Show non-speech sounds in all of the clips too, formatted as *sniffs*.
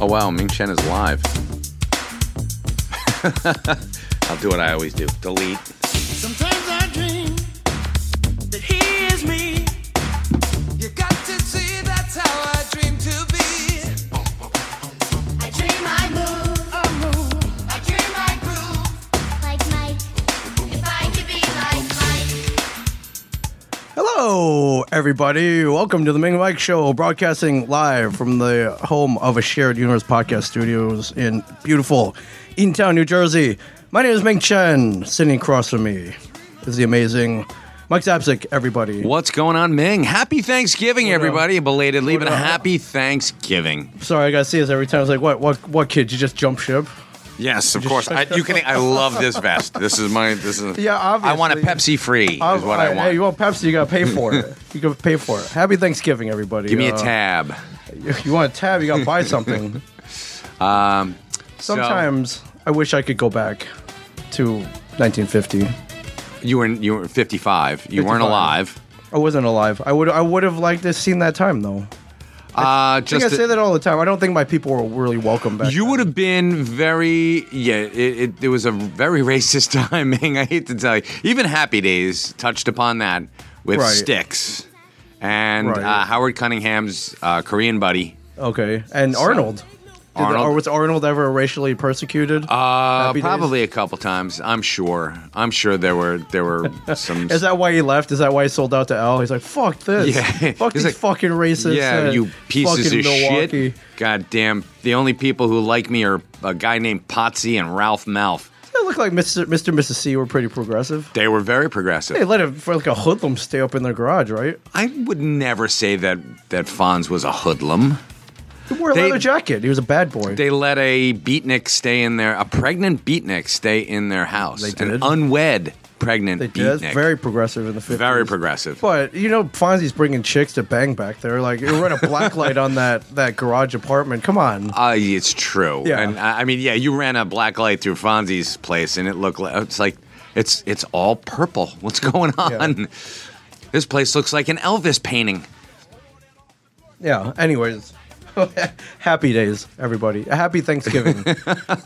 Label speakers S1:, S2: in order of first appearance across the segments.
S1: Oh wow, Ming Chen is live. *laughs* I'll do what I always do. Delete.
S2: Sometimes I dream that he is me. You got to see that's how I dream to be.
S3: I dream I move,
S2: I move,
S3: I dream I groove like Mike. If I could be like Mike,
S4: Hello, everybody. Welcome to the Ming Mike Show, broadcasting live from the home of a shared universe podcast studios in beautiful Eatontown, New Jersey. My name is Ming Chen. Sitting across from me is the amazing Mike Zapsik, everybody.
S1: What's going on, Ming? Happy Thanksgiving, everybody. Belatedly, but a happy Thanksgiving.
S4: Sorry, I gotta see this every time. I was like, what, what, what kid? You just jump ship?
S1: Yes, of course. I, you can. I love this vest. This is my. This
S4: *laughs*
S1: is.
S4: Yeah,
S1: I want a
S4: obviously.
S1: Pepsi free. is what I,
S4: Hey,
S1: want.
S4: you want Pepsi? You gotta pay for *laughs* it. you gotta pay for it. Happy Thanksgiving, everybody.
S1: Give me a
S4: Uh,
S1: tab.
S4: If you want a tab, you
S1: *laughs*
S4: gotta buy something.
S1: Um, so-
S4: Sometimes I wish I could go back to 1950.
S1: you were you were 55. You weren't
S4: 55.
S1: alive.
S4: I wasn't alive. I would I would have liked to seen that time though.
S1: Uh,
S4: I think
S1: just
S4: I
S1: to-
S4: say that all the time. I don't think my people were really welcome back.
S1: You
S4: then.
S1: would have been very, yeah. It, it, it was a very *laughs* racist timing. I hate to tell you. Even Happy Days touched upon that with
S4: Right.
S1: sticks and
S4: Right.
S1: uh, Howard Cunningham's uh, Korean buddy.
S4: okay. And Arnold. Did the-
S1: Arnold-
S4: or was Arnold ever racially persecuted?
S1: Uh,
S4: Happy Days?
S1: probably a couple times. I'm sure. I'm sure there were there were some.
S4: *laughs* Is that why he left? Is that why he sold out to Al? He's like, fuck this.
S1: Yeah.
S4: *laughs* Fuck
S1: He's
S4: these
S1: like,
S4: fucking racists.
S1: yeah,
S4: and
S1: you pieces
S4: fucking
S1: of
S4: Milwaukee.
S1: shit. God damn. The only people who like me are a guy named Potsy and Ralph Malf.
S4: They look like Mr. Mr. and Mrs. C were pretty progressive.
S1: They were very progressive.
S4: They let a, for like a hoodlum stay up in their garage, right?
S1: I would never say that that Fonz was a hoodlum.
S4: He wore a
S1: They-
S4: leather jacket. He was a bad boy.
S1: They let a beatnik stay in their a pregnant beatnik stay in their house.
S4: They
S1: An
S4: did.
S1: unwed pregnant
S4: They did.
S1: beatnik.
S4: That's very progressive in the 50s.
S1: Very progressive.
S4: But you know, Fonzie's bringing chicks to bang back there. Like you run a black light on that that garage apartment. Come on.
S1: Uh, it's true.
S4: Yeah.
S1: And I I mean, yeah, you ran a black light through Fonzie's place and it looked like it's like it's it's all purple. What's going on? This place looks like an Elvis painting.
S4: Yeah. Anyways. *laughs* happy days, everybody. A
S1: *laughs*
S4: happy Thanksgiving.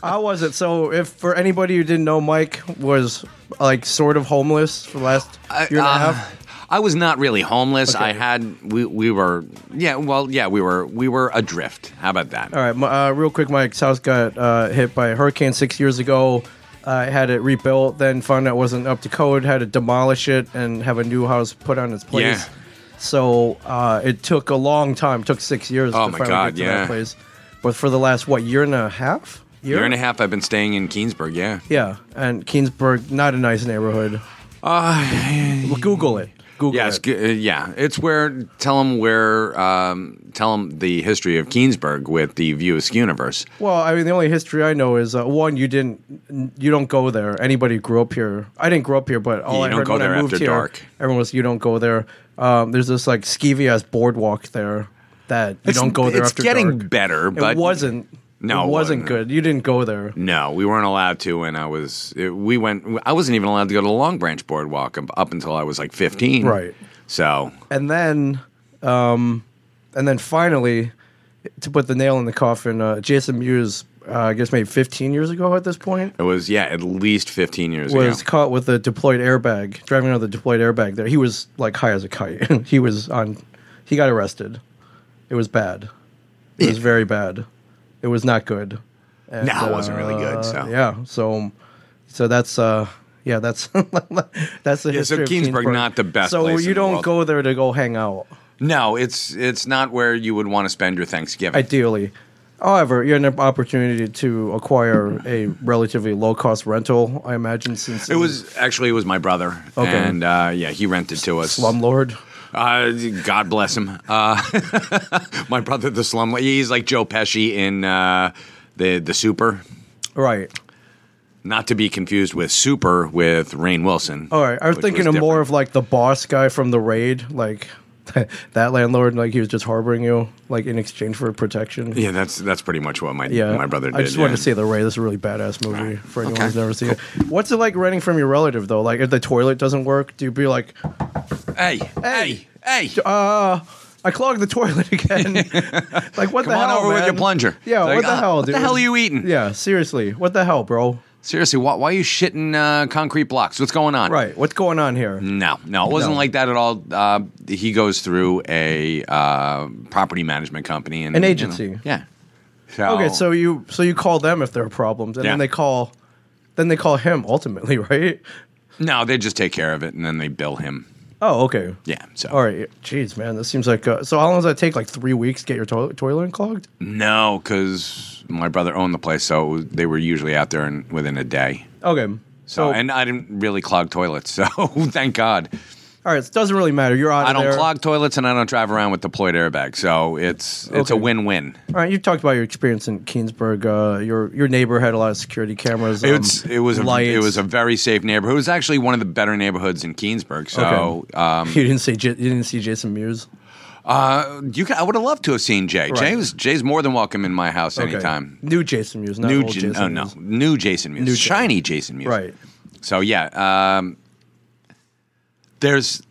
S4: How was it? So, if for anybody who didn't know, Mike was like sort of homeless for the last year and
S1: uh,
S4: a half.
S1: I was not really homeless.
S4: Okay.
S1: I had we we were yeah, well, yeah, we were we were adrift. How about that?
S4: All right, m- uh, real quick, Mike's house got uh, hit by a hurricane six years ago. I had it rebuilt, then found out it wasn't up to code, had to demolish it and have a new house put on its place.
S1: Yeah.
S4: So uh, it took a long time. It took six years
S1: Oh
S4: to
S1: my
S4: finally
S1: God,
S4: get to
S1: yeah.
S4: that place. But for the last what year and a half?
S1: Year and a half I've been staying in Keensburg, yeah.
S4: Yeah, and Keensburg, not a nice neighborhood. Ah, Well, Google it. Google
S1: Yeah, it's
S4: it.
S1: good. uh, yeah, it's where tell them where um, tell them the history of Keensburg with the View Universe.
S4: Well, I mean, the only history I know is uh, one. You didn't. You don't go there. Anybody who grew up here. I didn't grow up here, but all
S1: Yeah, you
S4: I
S1: don't
S4: heard
S1: go
S4: when
S1: there
S4: I moved
S1: after
S4: here,
S1: dark.
S4: everyone was, "You don't go there." Um, there's this like skeevy ass boardwalk there that you don't go there
S1: It's
S4: after
S1: getting
S4: dark.
S1: better, but
S4: it wasn't.
S1: No,
S4: it
S1: it
S4: wasn't
S1: wasn't.
S4: good. You didn't go there.
S1: No, we weren't allowed to. And I was it, we went. I wasn't even allowed to go to the Long Branch Boardwalk up, up until I was like fifteen.
S4: Right.
S1: So
S4: and then um and then finally to put the nail in the coffin uh jason mewes uh, i guess maybe 15 years ago at this point
S1: it was yeah, at least fifteen years
S4: was
S1: ago.
S4: caught with a deployed airbag driving around with a deployed airbag there he was like high as a kite *laughs* he was on he got arrested it was bad it was very bad it was not good And,
S1: No, it wasn't really good, so.
S4: Uh, yeah so so that's uh yeah that's *laughs* that's the
S1: Yeah, so
S4: history of
S1: Keensburg, not the best
S4: so
S1: place in
S4: you
S1: the
S4: don't
S1: world.
S4: go there to go hang out
S1: No, it's it's not where you would want to spend your Thanksgiving.
S4: ideally. However, you had an opportunity to acquire a relatively low cost rental, I imagine, since
S1: it was actually it was my brother,
S4: Okay.
S1: and uh, yeah, he rented to us.
S4: slumlord.
S1: Uh, God bless him. Uh, *laughs* my brother, the slum, he's like Joe Pesci in uh, the the Super.
S4: Right.
S1: Not to be confused with Super with Rain Wilson.
S4: All right. I was
S1: which
S4: thinking of
S1: different.
S4: more of like the boss guy from the raid, like *laughs* that landlord, like he was just harboring you, like in exchange for protection.
S1: Yeah, that's that's pretty much what my
S4: Yeah.
S1: my brother did.
S4: I just wanted
S1: yeah.
S4: to see the raid. This is a really badass movie for anyone
S1: Okay.
S4: who's never seen it. What's it like renting from your relative though? Like if the toilet doesn't work, do you be like,
S1: Hey, hey, hey!
S4: uh, I clogged the *laughs* toilet again. like what
S1: Come
S4: the
S1: on
S4: hell?
S1: over with
S4: man?
S1: your plunger.
S4: Yeah,
S1: It's like,
S4: what the
S1: "Ah,
S4: hell,
S1: what
S4: dude?
S1: the hell are you eating?
S4: Yeah, seriously, what the hell, bro?
S1: Seriously, why, why are you shitting uh, concrete blocks? What's going on?
S4: Right, what's going on here?
S1: No, no, it wasn't
S4: No.
S1: like that at all. Uh, he goes through a uh, property management company and
S4: An
S1: you know,
S4: agency.
S1: yeah.
S4: Okay, so you so you call them if there are problems, and
S1: Yeah.
S4: then they call, then they call him ultimately, *laughs* right?
S1: no, they just take care of it and then they bill him.
S4: Oh, okay.
S1: Yeah. So
S4: All right. Jeez, man, this seems like. Uh, so how long does that take? Like three weeks to get your toilet toilet clogged?
S1: no, because my brother owned the place, so it was- they were usually out there in, within a day.
S4: Okay.
S1: So and I didn't really clog toilets, *laughs* so thank God.
S4: all right, it doesn't really matter. You're out.
S1: I don't
S4: there.
S1: clog toilets and I don't drive around with deployed airbags, so it's it's a
S4: Okay.
S1: win-win.
S4: All right, you talked about your experience in Keensburg. Uh, your your neighbor had a lot of security cameras. um,
S1: It's it was a,
S4: lights.
S1: it was a very safe neighborhood. It was actually one of the better neighborhoods in Keensburg. So
S4: Okay.
S1: um,
S4: you didn't see J- you didn't see Jason Mewes.
S1: uh, you ca I would have loved to have seen Jay. Jay
S4: Right.
S1: was Jay's more than welcome in my house
S4: Okay.
S1: anytime.
S4: New Jason Mewes, not
S1: New
S4: old
S1: J-
S4: Jason.
S1: oh no,
S4: Mewes.
S1: new Jason Mewes,
S4: New Jay.
S1: shiny Jason Mewes.
S4: Right.
S1: So yeah, um, there's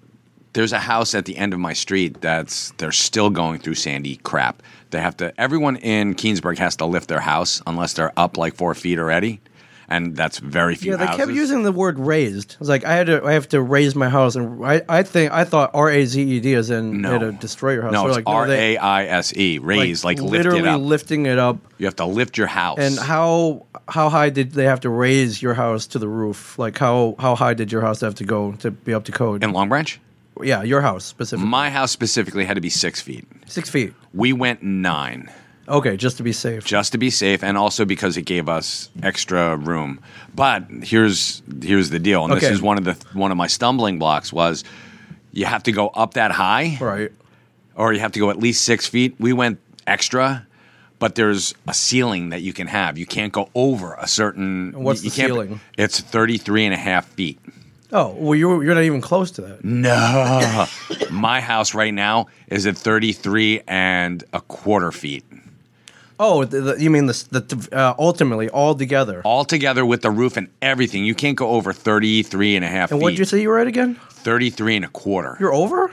S1: there's a house at the end of my street that's they're still going through sandy crap. They have to. Everyone in Keensburg has to lift their house unless they're up like four feet already, and that's very few.
S4: Yeah, they kept
S1: houses.
S4: using the word "raised." I was like, I had to, I have to raise my house, and I, I think I thought R A Z E D as in
S1: No.
S4: you had to destroy your house.
S1: No,
S4: They're
S1: it's
S4: like,
S1: R A
S4: they-
S1: I S E. Raise, like, lift
S4: literally
S1: it up.
S4: lifting it up.
S1: you have to lift your house.
S4: And how how high did they have to raise your house to the roof? Like how how high did your house have to go to be up to code?
S1: in Long Branch,
S4: yeah, your house specifically,
S1: my house specifically had to be six feet.
S4: six feet.
S1: We went nine
S4: Okay, just to be safe.
S1: just to be safe, and also because it gave us extra room. But here's here's the deal, and this
S4: Okay.
S1: is one of the one of my stumbling blocks was you have to go up that high,
S4: right.
S1: or you have to go at least six feet. We went extra. But there's a ceiling that you can have. You can't go over a certain.
S4: what's
S1: you
S4: the
S1: can't-
S4: ceiling?
S1: It's 33 and a half feet.
S4: Oh well, you're you're not even close to
S1: Mm.
S4: that. *laughs*
S1: No. My house right now is at 33 and a quarter feet.
S4: Oh, the, the, you mean the, s- the t- uh, ultimately all together?
S1: All together with the roof and everything. You can't go over 33 and a half
S4: and
S1: feet.
S4: what did you say you were at again?
S1: 33 and a quarter.
S4: You're over.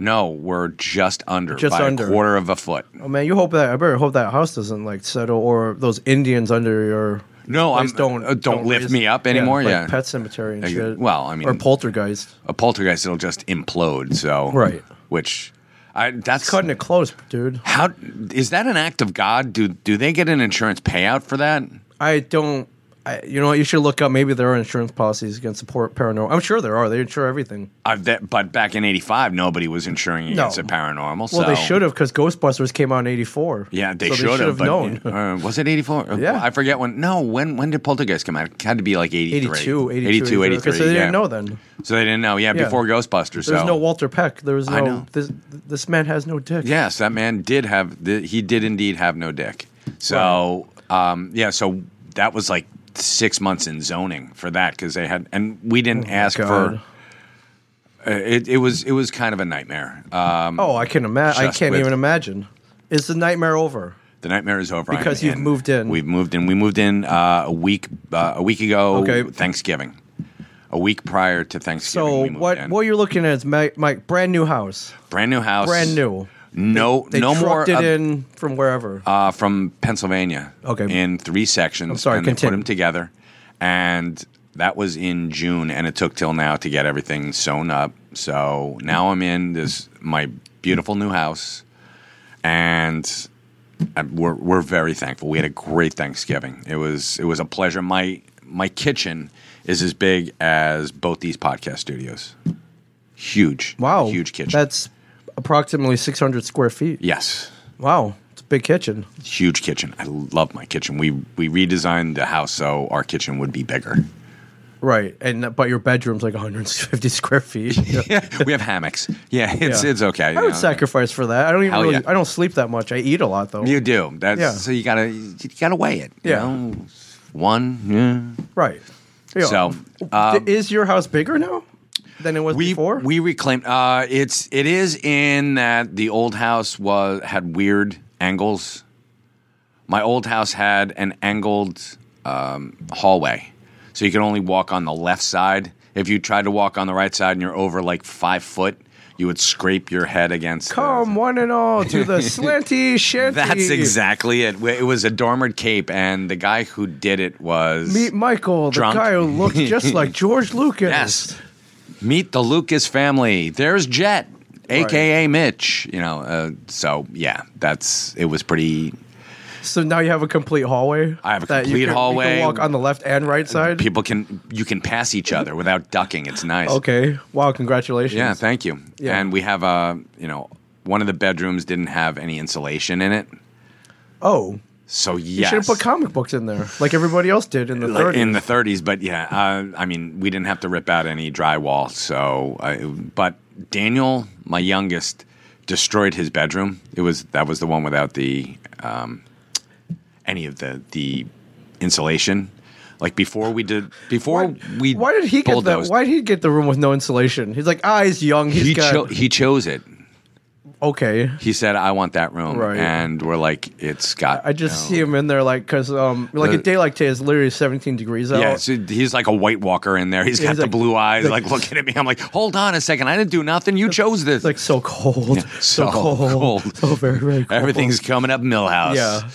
S1: no, we're just under
S4: Just
S1: by
S4: under.
S1: a quarter of a foot.
S4: Oh man, you hope that I better hope that house doesn't like settle or those Indians under your
S1: No,
S4: place
S1: I'm-
S4: don't
S1: uh, don't lift
S4: raise-
S1: me up anymore,
S4: Like
S1: yeah.
S4: pet cemetery and
S1: Like,
S4: shit.
S1: well, I mean-
S4: or poltergeist.
S1: A poltergeist it'll just implode, so
S4: Right.
S1: Which I that's
S4: Cutting it close, dude.
S1: how is that an act of God? Do do they get an insurance payout for that?
S4: I don't. I, you know what? You should look up. Maybe there are insurance policies against the por- paranormal. I'm sure there are. They insure everything.
S1: I've Uh, that, but back in '85, nobody was insuring
S4: No.
S1: against a paranormal. so.
S4: Well, they should have because Ghostbusters came out in '84.
S1: Yeah, they
S4: So
S1: should have. but- *laughs*
S4: known.
S1: uh, was it 84?
S4: *laughs* Yeah.
S1: I forget when. No, when when did Poltergeist come out? It had to be like 83.
S4: 82, 82,
S1: 82, 83.
S4: Because they
S1: yeah.
S4: didn't know then.
S1: So they didn't know. Yeah,
S4: Yeah.
S1: before Ghostbusters.
S4: There's
S1: so.
S4: no Walter Peck. There was
S1: I
S4: no.
S1: know.
S4: This this man has no dick.
S1: Yes, that man did have, the, he did indeed have no dick. So, um, yeah, so that was like six months in zoning for that because they had, and we didn't ask
S4: Oh God.
S1: for, uh, it, it was it was kind of a nightmare. Um,
S4: Oh, I can imagine. I
S1: Just
S4: can't
S1: with-
S4: even imagine. Is the nightmare over?
S1: The nightmare is over Ryan,
S4: Because you've
S1: and
S4: moved in.
S1: We've moved in. We moved in uh, a week uh, a week ago.
S4: Okay.
S1: Thanksgiving, a week prior to Thanksgiving.
S4: So
S1: we moved
S4: what
S1: in.
S4: what you're looking at is Mike, Mike brand new house,
S1: brand new house.
S4: brand new.
S1: No,
S4: They
S1: no more.
S4: trucked it
S1: uh,
S4: in from wherever.
S1: uh, from Pennsylvania.
S4: Okay.
S1: In three sections. I'm
S4: sorry,
S1: And they put
S4: continue.
S1: them together, and that was in June, and it took till now to get everything sewn up. So now I'm in this my beautiful new house, and I- we're we're very thankful. We had a great Thanksgiving. It was it was a pleasure. My my kitchen is as big as both these podcast studios. Huge.
S4: wow,
S1: Huge kitchen.
S4: That's approximately 600 square feet.
S1: yes.
S4: Wow, it's a big kitchen.
S1: huge kitchen. I love my kitchen. We we redesigned the house so our kitchen would be
S4: *laughs*
S1: bigger.
S4: Right, and uh, but your bedroom's like 150 square *laughs* feet.
S1: we have hammocks. Yeah, it's
S4: Yeah.
S1: it's okay.
S4: I
S1: you
S4: would
S1: know.
S4: sacrifice for that. I don't even
S1: Hell
S4: really.
S1: yeah.
S4: I don't sleep that much. I eat a lot though.
S1: You do. That's
S4: Yeah.
S1: so you gotta you gotta weigh it. You
S4: Yeah.
S1: know? One. Yeah.
S4: right. Yeah.
S1: So,
S4: D-
S1: um,
S4: is your house bigger now than it was
S1: We
S4: before?
S1: we reclaimed. Uh, it's it is in that the old house was had weird angles. My old house had an angled um, hallway, so you could only walk on the left side. If you tried to walk on the right side and you're over like five foot, You would scrape your head against. the-
S4: Come one and all to
S1: *laughs*
S4: the slanty shanty.
S1: That's exactly it. It was a Dormered Cape, and the guy who did it was
S4: Meet Michael, the
S1: Drunk.
S4: guy who looked just
S1: *laughs*
S4: like George Lucas.
S1: Yes. *laughs* meet the Lucas family. There's Jet, aka Mitch. You know, uh, so yeah, that's it was pretty.
S4: So now you have a complete hallway.
S1: I have a
S4: that
S1: complete
S4: you can, You
S1: hallway.
S4: can walk on the left and right side.
S1: People can you can pass each other without ducking. It's nice.
S4: Okay. Wow. Congratulations.
S1: Yeah, thank you.
S4: Yeah.
S1: And we have a you know one of the bedrooms didn't have any insulation in it,
S4: oh,
S1: so
S4: you
S1: yes.
S4: should have put comic books in there, like everybody else did in the
S1: Like,
S4: 30s.
S1: in the 30s, but yeah, uh, I mean, we didn't have to rip out any drywall. So, uh, but Daniel, my youngest, destroyed his bedroom. It was that was the one without the um, any of the the insulation. Like before we did before we
S4: Why did he get that?
S1: bulldozed,
S4: Why did he get the room with no insulation? He's like, ah, he's young. He's
S1: he
S4: got
S1: cho- he chose it.
S4: okay.
S1: He said, "I want that room,"
S4: Right.
S1: and we're like, "It's got."
S4: I just see him in there, like, cause um, like a
S1: The-
S4: day like today is literally 17 degrees out.
S1: Uh, Yeah, so he's like a White Walker in there. He's
S4: Yeah,
S1: got
S4: he's
S1: the
S4: like-
S1: blue eyes,
S4: like-
S1: like, looking at me. I'm like, hold on a second, I didn't do nothing. You chose this.
S4: it's like so cold, *laughs*
S1: Yeah,
S4: so,
S1: so
S4: cold,
S1: cold.
S4: *laughs* so very very cold.
S1: Everything's coming up Millhouse.
S4: Yeah.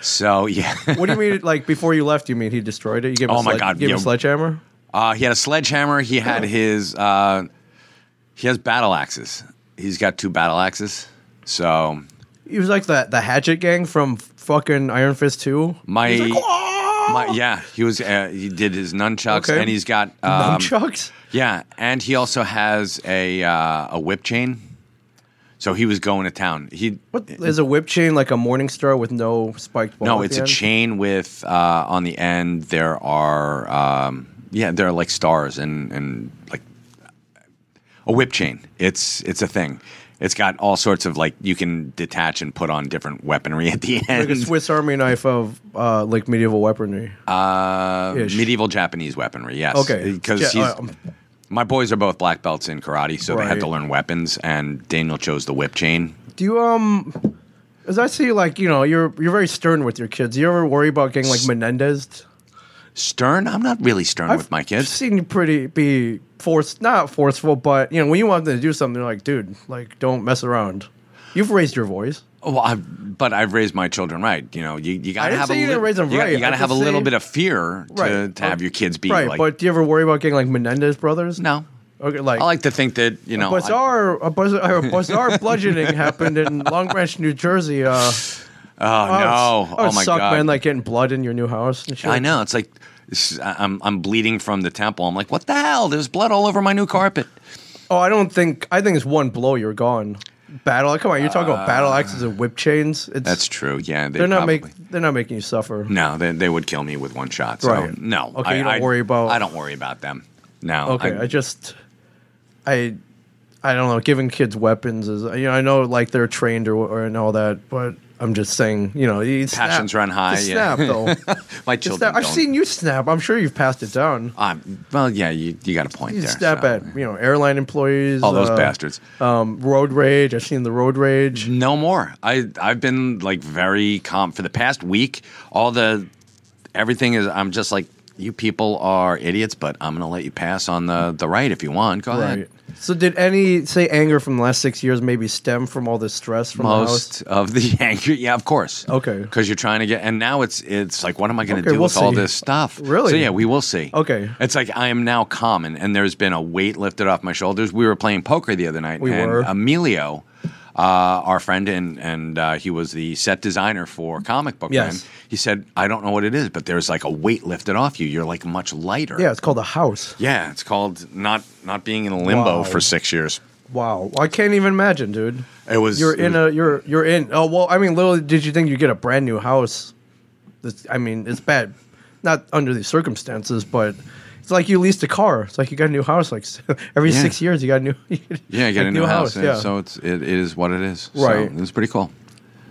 S1: So yeah, *laughs*
S4: What do you mean? Like before you left, you mean he destroyed it? You gave him
S1: Oh
S4: a
S1: my
S4: sledge-
S1: God,
S4: you gave him a
S1: yeah.
S4: sledgehammer.
S1: uh, he had a sledgehammer. He had his uh, he has battle axes. He's got two battle axes. So
S4: He was like the the hatchet gang from fucking Iron Fist Two.
S1: my,
S4: He's like, "Ah!"
S1: my yeah, he was uh, he did his nunchucks
S4: Okay.
S1: and he's got um,
S4: nunchucks.
S1: yeah, and he also has a uh, a whip chain. So he was going to town. He
S4: What is a whip chain like a morning star with no spiked ball?
S1: No,
S4: at
S1: it's
S4: the
S1: a
S4: end?
S1: chain with uh, on the end. There are um, yeah, there are like stars and and like a whip chain. It's it's a thing. It's got all sorts of like you can detach and put on different weaponry at the
S4: Like a
S1: end.
S4: Swiss Army knife of uh, like medieval weaponry.
S1: Uh,
S4: Ish.
S1: medieval Japanese weaponry. Yes.
S4: Okay. Yeah,
S1: Because
S4: uh, um,
S1: my boys are both black belts in karate, so they had
S4: Right.
S1: to learn weapons. And Daniel chose the whip chain.
S4: Do you um? As I see, like you know, you're you're very stern with your kids. You ever worry about getting like Menendez?
S1: Stern. I'm not really stern with my kids.
S4: seen you pretty be forced, not forceful, but you know, when you want them to do something, you're like, dude, like don't mess around. You've raised your voice.
S1: Well, I, but I've raised my children right. You know, you, you gotta
S4: didn't
S1: have
S4: say
S1: a
S4: you didn't raise them
S1: you gotta,
S4: right.
S1: you
S4: I
S1: gotta have a
S4: just
S1: little
S4: say-
S1: bit of fear to,
S4: Right.
S1: to have your kids be
S4: right,
S1: like.
S4: but do you ever worry about getting like Menendez brothers?
S1: no,
S4: Okay, like,
S1: I like to think that you know. I,
S4: bizarre, a bizarre, *laughs* a bizarre bludgeoning happened in Long Branch, New Jersey. Uh,
S1: oh
S4: I would-
S1: no!
S4: I would
S1: oh my
S4: suck,
S1: god!
S4: man, like getting blood in your new house and shit.
S1: I know. It's like it's- I- I'm I'm bleeding from the temple. I'm like, what the hell? There's blood all over my new carpet.
S4: Oh, I don't think. I think it's one blow. You're gone. Battle. Come on, you're talking about battle axes and whip chains. It's,
S1: Uh, That's true. Yeah, they
S4: They're not
S1: probably-
S4: making. They're not making you suffer.
S1: No, they, they would kill me with one shot. So
S4: Right.
S1: no.
S4: Okay,
S1: I,
S4: you don't
S1: I-
S4: worry about-
S1: I don't worry about them. No.
S4: Okay, I, just, I, I don't know. Giving kids weapons is, you know, I know like they're trained or, or and all that, but I'm just saying, you know, you snap-
S1: Passions run high,
S4: Just
S1: yeah.
S4: Snap
S1: *laughs*
S4: though.
S1: my
S4: Just
S1: children.
S4: snap. I've
S1: don't-
S4: seen you snap. I'm sure you've passed it down.
S1: Um, well, yeah, you, you got a point
S4: You
S1: there.
S4: snap
S1: so.
S4: at you know airline employees.
S1: all those
S4: uh,
S1: bastards.
S4: Um, road rage. I've seen the road rage.
S1: No more. I I've been like very calm for the past week. All the everything is. I'm just like you people are idiots, but I'm gonna let you pass on the the right if you want. Go
S4: Right.
S1: ahead.
S4: So did any say anger from the last six years maybe stem from all this stress from the house?
S1: Most of the *laughs* anger, yeah, of course.
S4: Okay.
S1: because you're trying to get, and now it's it's like, what am I going to
S4: Okay,
S1: do
S4: we'll
S1: with all
S4: see.
S1: this stuff?
S4: Really?
S1: So yeah, we will see.
S4: Okay.
S1: it's like I am now calm, and, and there's been a weight lifted off my shoulders. We were playing poker the other night,
S4: We
S1: and
S4: were.
S1: Emilio, uh, our friend, and and uh, he was the set designer for Comic Book
S4: Yes.
S1: Man. He said, I don't know what it is, but there's like a weight lifted off you. You're like much lighter.
S4: Yeah, it's called a house.
S1: Yeah, it's called not not being in limbo
S4: Wow.
S1: for six years.
S4: Wow, I can't even imagine, dude.
S1: It was
S4: You're
S1: it
S4: in
S1: was-
S4: a you're you're in. Oh well, I mean, little did you think you would get a brand new house? This, I mean, it's bad, not under these circumstances, but it's like you leased a car. It's like you got a new house. Like *laughs* every
S1: Yeah.
S4: six years, you got a new. *laughs*
S1: yeah, you get
S4: like,
S1: a new, house, yeah.
S4: Yeah.
S1: so it's it, it is what it is.
S4: Right.
S1: so it's pretty cool.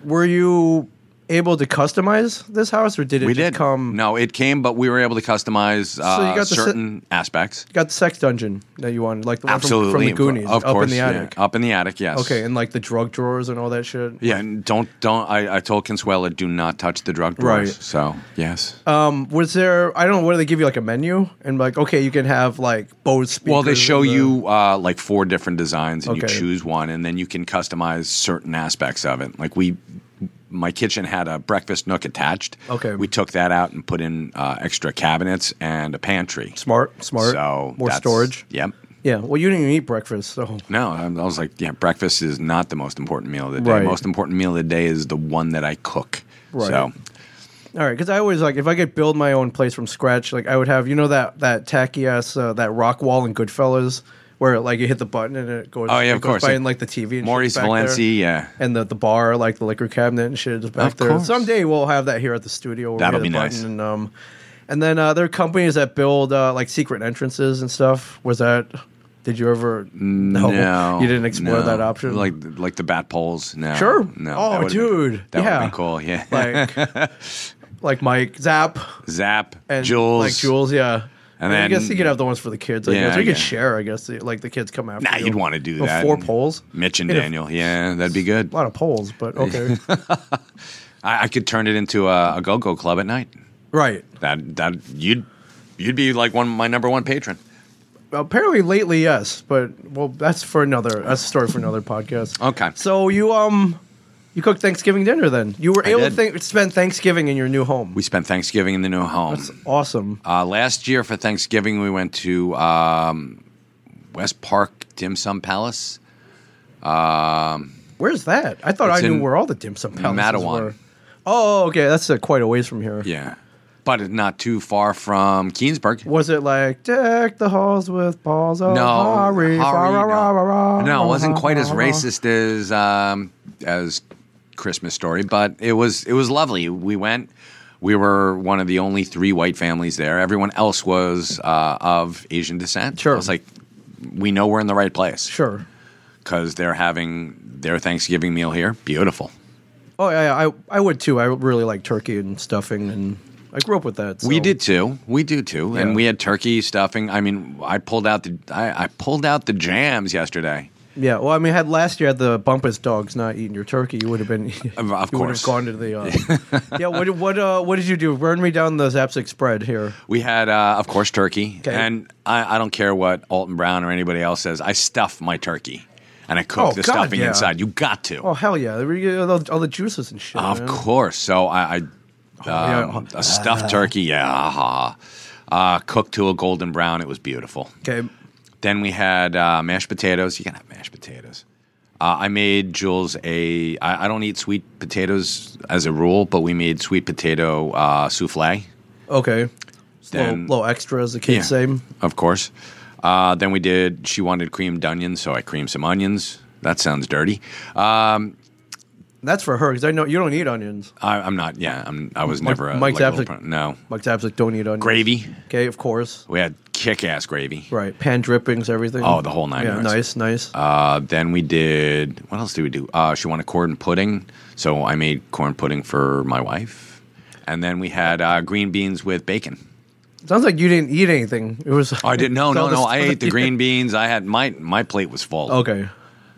S4: were you able to customize this house, or did it
S1: we
S4: just
S1: did
S4: come?
S1: No, it came, but we were able to customize uh,
S4: you got the se-
S1: certain aspects.
S4: You got the sex dungeon that you wanted, like the one from-
S1: Absolutely,
S4: from, the Goonies,
S1: of
S4: up
S1: course,
S4: in the
S1: yeah.
S4: attic.
S1: Up in the attic, yes.
S4: Okay, and like the drug drawers and all that shit.
S1: Yeah, and don't don't. I, I told Consuela, do not touch the drug drawers.
S4: Right.
S1: So yes.
S4: Um, was there? I don't know. What do they give you like a menu and like okay, you can have like Bose speakers.
S1: well, they show
S4: and the-
S1: you uh, like four different designs, and
S4: Okay.
S1: you choose one, and then you can customize certain aspects of it. Like we, my kitchen had a breakfast nook attached.
S4: Okay.
S1: We took that out and put in uh, extra cabinets and a pantry.
S4: smart, smart,
S1: So
S4: more
S1: that's-
S4: storage.
S1: Yep.
S4: Yeah. Well, you didn't even eat breakfast, so
S1: No, I I was like, yeah, breakfast is not the most important meal of the day.
S4: Right.
S1: Most important meal of the day is the one that I cook.
S4: Right.
S1: So
S4: All right, because I always like if I could build my own place from scratch, like I would have you know that that tacky ass uh, that rock wall in Goodfellas where like you hit the button and it goes.
S1: Oh, yeah, of
S4: it goes
S1: course.
S4: By in like the TV. And
S1: Maurice
S4: shit back there.
S1: Valenci, yeah.
S4: And the, the bar, like the liquor cabinet and shit, is back
S1: Of
S4: there.
S1: course.
S4: Someday we'll have that here at the studio. Where we
S1: That'll
S4: hit
S1: be
S4: the button
S1: nice.
S4: And, um, and then uh, there are companies that build uh, like secret entrances and stuff. Was that? Did you ever?
S1: Mm.
S4: No, you didn't explore
S1: no.
S4: that option.
S1: Like like the bat poles. No,
S4: Sure.
S1: No.
S4: Oh,
S1: that would've been-
S4: dude,
S1: that would
S4: yeah.
S1: have been cool. Yeah.
S4: *laughs* like like Mike Zap.
S1: *laughs* Zap,
S4: and
S1: Jules,
S4: like Jules, yeah.
S1: And
S4: And then, I
S1: then-
S4: guess you could have the ones for the kids. I
S1: Yeah,
S4: guess. Or you
S1: I
S4: could
S1: guess.
S4: share. I guess the- like the kids come after.
S1: Nah,
S4: you.
S1: you'd want to do
S4: Oh,
S1: that.
S4: Four poles,
S1: Mitch and
S4: You'd have
S1: Daniel. Yeah, that'd be good.
S4: A lot of poles,
S1: *laughs*
S4: but okay,
S1: I, I could turn it into a, a go-go club at night.
S4: right.
S1: That that you'd you'd be like one my number one patron.
S4: Apparently, lately, yes, but well, that's for another. That's a story for another podcast.
S1: Okay.
S4: So you um, you cooked Thanksgiving dinner then. You were
S1: I
S4: able to
S1: did.
S4: think, spend Thanksgiving in your new home.
S1: We spent Thanksgiving in the new home.
S4: that's awesome.
S1: Uh, last year for Thanksgiving, we went to um, West Park Dim Sum Palace,
S4: Where's that? I thought I
S1: it's
S4: knew
S1: in
S4: where all the dim sum palaces
S1: Mattawan.
S4: were. Oh, okay, that's uh, quite a ways from here.
S1: Yeah, but it's not too far from Keensburg.
S4: Was it like deck the halls with balls of
S1: No,
S4: Hari,
S1: Hari,
S4: fa- ra- ra- ra-
S1: no. no, it wasn't quite as
S4: ra- ra- ra-
S1: racist as um, as Christmas Story, but it was it was lovely. We went. We were one of the only three white families there. Everyone else was uh, of Asian descent.
S4: Sure.
S1: I was like, we know we're in the right place
S4: Sure.
S1: because they're having their Thanksgiving meal here. Beautiful.
S4: Oh yeah, yeah, I I would too. I really like turkey and stuffing, and I grew up with that.
S1: We
S4: so-
S1: did too. We do too,
S4: Yeah.
S1: and we had turkey stuffing. I mean, I pulled out the I, I pulled out the jams yesterday.
S4: Yeah. Well, I mean, had last year had the bumpus dogs not eating your turkey, you would
S1: *laughs*
S4: have been.
S1: Of- of
S4: you would have
S1: course.
S4: gone to the.
S1: *laughs*
S4: Uh, yeah. What did- what uh, what did you do? Burn me down the Zapsic spread here.
S1: We had, uh, of course, turkey,
S4: Okay.
S1: and I, I don't care what Alton Brown or anybody else says. I stuff my turkey, and I cook
S4: Oh,
S1: the
S4: God,
S1: stuffing
S4: yeah.
S1: inside. You got to,
S4: Oh hell yeah! We get All the, all the juices and shit.
S1: of
S4: man.
S1: course. So I, I um,
S4: Oh, yeah.
S1: a stuffed turkey, yeah, aha. Uh, cooked to a golden brown. It was beautiful.
S4: Okay.
S1: Then we had uh, mashed potatoes. You can have mashed potatoes. Uh, I made Jules a. I, I don't eat sweet potatoes as a rule, but we made sweet potato uh, souffle.
S4: Okay.
S1: Then-
S4: low, low extra, as the kids say.
S1: Of course. Uh, then we did. She wanted creamed onions, so I creamed some onions. That sounds dirty. Um,
S4: That's for her because I know you don't eat onions.
S1: I, I'm not. Yeah, I'm. I was never a
S4: Mike's
S1: like, little
S4: absent-
S1: pro- No
S4: Mike Zapsic don't eat onions.
S1: gravy.
S4: Okay, of course.
S1: We had kick-ass gravy.
S4: Right. Pan drippings, everything.
S1: Oh, the whole nine
S4: Yeah,
S1: yards.
S4: nice, nice.
S1: Uh, then we did. What else did we do? Uh, she wanted corn pudding, so I made corn pudding for my wife. And then we had uh, green beans with bacon.
S4: Sounds like you didn't eat anything. It was.
S1: Oh, I didn't.
S4: *laughs*
S1: No,
S4: it's all
S1: no, no.
S4: this-
S1: I ate the green beans. I had my my plate was full.
S4: Okay.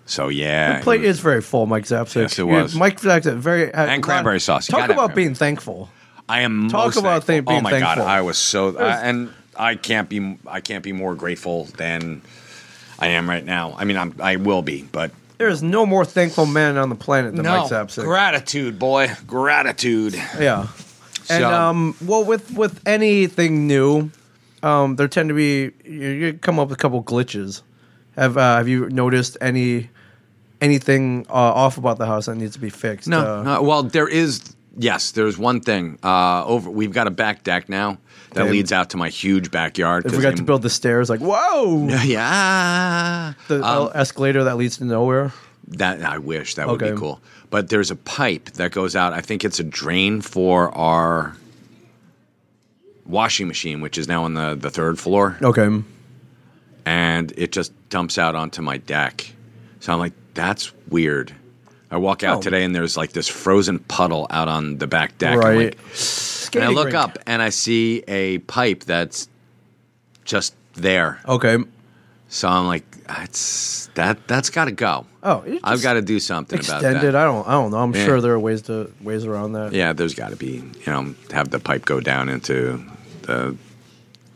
S1: So yeah,
S4: The plate
S1: it was-
S4: is very full, Mike Zapsic.
S1: Yes, it
S4: You-
S1: was.
S4: Mike Zapsic, very. had a lot-
S1: cranberry sauce. You
S4: Talk
S1: gotta have
S4: about
S1: cranberry-
S4: being thankful.
S1: I am
S4: Talk
S1: most
S4: about
S1: thankful.
S4: thank- being
S1: Oh my
S4: thankful.
S1: god, I was so I- and I can't be I can't be more grateful than I am right now. I mean, I'm I will be, but
S4: There is no more thankful man on the planet than Mike Zapsic.
S1: gratitude, boy, gratitude.
S4: Yeah. And
S1: So-
S4: um, well, with with anything new, um, there tend to be you, you come up with a couple glitches. Have uh, Have you noticed any anything uh, off about the house that needs to be fixed?
S1: No,
S4: Uh,
S1: no. Well, there is. Yes, there's one thing. Uh, over, we've got a back deck now that
S4: Okay.
S1: leads out to my huge backyard.
S4: They
S1: 'cause
S4: forgot to
S1: I'm-
S4: build the stairs. Like, whoa!
S1: *laughs* Yeah,
S4: The
S1: Um,
S4: el- escalator that leads to nowhere.
S1: that I wish that would
S4: Okay.
S1: be cool. But there's a pipe that goes out. I think it's a drain for our washing machine, which is now on the the third floor,
S4: Okay.
S1: and it just dumps out onto my deck. So I'm like, that's weird. I walk out
S4: Oh.
S1: today and there's like this frozen puddle out on the back deck. I'm
S4: Right.
S1: like, and I look up and I see a pipe that's just there.
S4: Okay.
S1: So I'm like, that's that that's got to go.
S4: Oh, you
S1: I've
S4: just
S1: got to do something about
S4: Extended.
S1: that.
S4: I don't. I don't know. I'm
S1: Yeah.
S4: sure there are ways to ways around that.
S1: Yeah, there's got to be, you know, have the pipe go down into the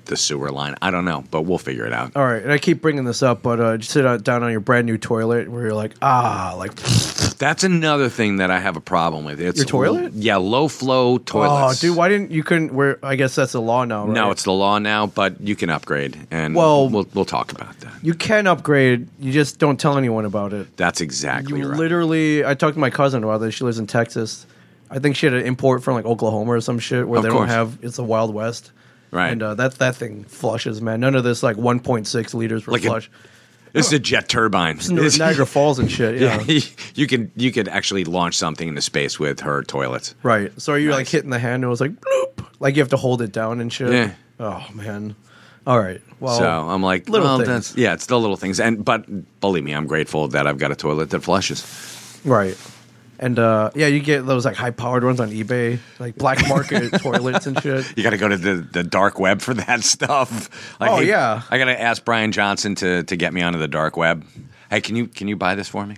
S1: the sewer line. I don't know, but we'll figure it out.
S4: All right, and I keep bringing this up, but uh, just sit on, down on your brand new toilet where you're like, ah, like, *sniffs*
S1: That's another thing that I have a problem with. It's
S4: Your toilet?
S1: yeah, low flow
S4: oh,
S1: toilets.
S4: dude, why didn't you couldn't? Where I guess that's the law now. Right?
S1: No, it's the law now, but you can upgrade, and
S4: Well-
S1: we'll we'll talk about that.
S4: you can upgrade. You just don't tell anyone about it.
S1: That's exactly
S4: You
S1: right.
S4: literally, I talked to my cousin about this. She lives in Texas. I think she had an import from like Oklahoma or some shit where
S1: Of
S4: they
S1: course.
S4: don't have. It's the Wild West,
S1: Right.
S4: And uh, that that thing flushes, man. None of this like 1.6 liters per
S1: Like a-
S4: flush.
S1: This is a jet turbine. *laughs*
S4: It's Niagara Falls and shit. Yeah.
S1: you can you could actually launch something into space with her toilets.
S4: Right. So are you like
S1: Nice.
S4: hitting the handle? It's like bloop. Like you have to hold it down and shit.
S1: Yeah.
S4: Oh man. All right. Well.
S1: so I'm like,
S4: little
S1: well,
S4: things.
S1: that's yeah, it's the little things. And but believe me, I'm grateful that I've got a toilet that flushes.
S4: Right. And uh, yeah, you get those like high powered ones on eBay, like black
S1: *laughs*
S4: market toilets and shit.
S1: You got to go to the, the dark web for that *laughs* stuff. Like,
S4: Oh,
S1: hey,
S4: yeah.
S1: I got to ask Brian Johnson to to get me onto the dark web. Hey, can you can you buy this for me?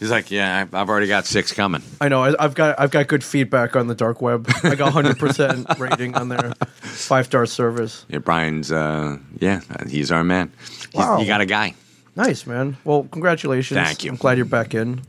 S1: He's like, yeah, I- I've already got six coming.
S4: I know. I, I've got I've got good feedback on the dark web, like a hundred percent
S1: *laughs*
S4: rating on their five star service.
S1: Yeah, Brian's, uh, yeah, he's our man. He's-
S4: Wow.
S1: You got a guy.
S4: Nice man. Well, congratulations.
S1: Thank you.
S4: I'm glad you're back in.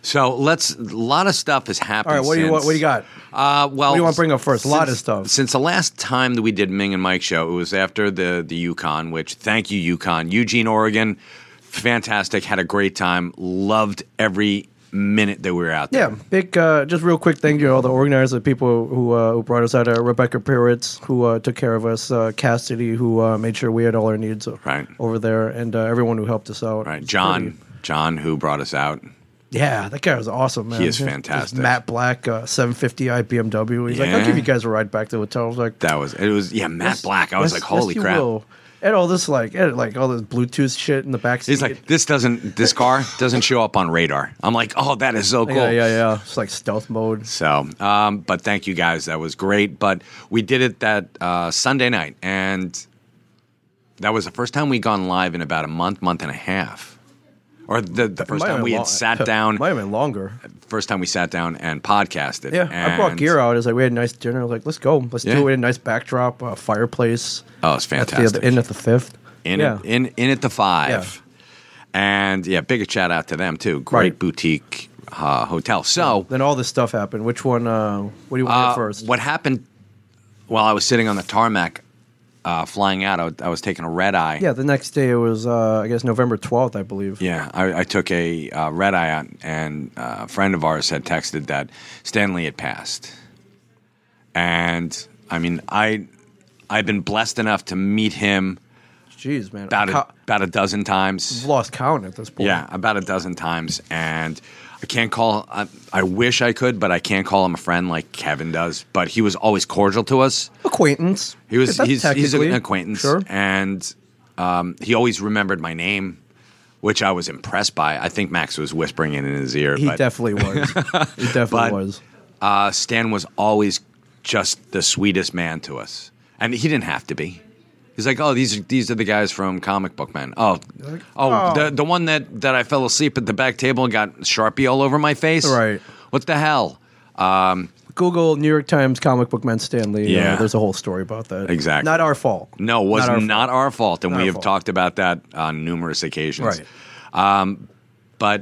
S1: So let's. A lot of stuff has happened.
S4: All right. What do you what,
S1: since-
S4: what do you got?
S1: Uh, well,
S4: What do you wanna bring up first? A lot of
S1: since-
S4: stuff.
S1: Since the last time that we did Ming and Mike show, it was after the the Yukon. Which thank you, Yukon, Eugene, Oregon. Fantastic. Had a great time. Loved every minute that we were out there.
S4: Yeah, big. Uh, just real quick thank you to all the organizers, the people who uh, who brought us out. Uh, Rebecca Peretz, who uh, took care of us. Uh, Cassidy, who uh, made sure we had all our needs o-
S1: Right.
S4: over there, and uh, everyone who helped us out.
S1: Right,
S4: It's
S1: John.
S4: pretty-
S1: John, who brought us out.
S4: yeah, that guy was awesome, man.
S1: He is
S4: Just- just
S1: fantastic.
S4: Matt Black, uh, 750i BMW. He's like, I'll
S1: Yeah.
S4: give you guys a ride back to the hotel. I was like,
S1: That was it. Was yeah, Matt
S4: yes-
S1: Black. I was
S4: yes-
S1: like, holy
S4: yes, you
S1: crap.
S4: will. And all this like, and, like all this Bluetooth shit in the backseat.
S1: He's like, this doesn't. This car doesn't show up on radar. I'm like, oh, that is so cool.
S4: yeah, yeah, yeah. It's like stealth mode.
S1: So, um, but thank you guys. That was great. But we did it that uh, Sunday night, and that was the first time we gone live in about a month, month and a half, or the, the first
S4: Might
S1: time
S4: have been
S1: we
S4: lo-
S1: had
S4: *laughs*
S1: sat down.
S4: Might have been longer.
S1: First time we sat down and podcasted.
S4: Yeah, I brought
S1: and-
S4: gear out. It's like we had a nice dinner. I was like, let's go, let's
S1: Yeah.
S4: do it. We had a nice backdrop, uh, fireplace.
S1: Oh, it's
S4: At the
S1: fantastic.
S4: other, in at the fifth.
S1: in,
S4: yeah,
S1: in in at the five,
S4: Yeah.
S1: and yeah, big shout out to them too. Great
S4: Right.
S1: boutique uh, hotel. So
S4: then all this stuff happened. Which one? Uh, what do you want to
S1: Uh,
S4: hear first?
S1: What happened while I was sitting on the tarmac uh, flying out, I, w- I was taking a red eye.
S4: Yeah, the next day it was, uh, I guess, November twelfth, I believe.
S1: Yeah, I, I took a uh, red eye out, and uh, a friend of ours had texted that Stanley had passed. And I mean, I I've been blessed enough to meet him
S4: Jeez, man,
S1: about
S4: Co-
S1: a, about a dozen times.
S4: I've lost count at this point.
S1: Yeah, about a dozen times, and I can't call. I, I wish I could, but I can't call him a friend like Kevin does. But he was always cordial to us.
S4: acquaintance.
S1: He was
S4: That's
S1: he's, he's an
S4: technically-
S1: acquaintance,
S4: Sure.
S1: and um, he always remembered my name, which I was impressed by. I think Max was whispering it in his ear.
S4: He
S1: but, *laughs*
S4: definitely was. he definitely
S1: but,
S4: was.
S1: Uh, Stan was always just the sweetest man to us, and he didn't have to be. He's like, oh, these are these are the guys from Comic Book Man. Oh, oh, the the one that that I fell asleep at the back table and got Sharpie all over my face.
S4: Right.
S1: What the hell?
S4: Google New York Times comic book man Stanley. uh,
S1: Yeah.
S4: there's a whole story about that.
S1: Exactly.
S4: Not our fault.
S1: No, it was not our,
S4: fault.
S1: fault, and
S4: Not
S1: we
S4: our
S1: have
S4: fault.
S1: talked about that on numerous occasions. Um,
S4: Right.
S1: but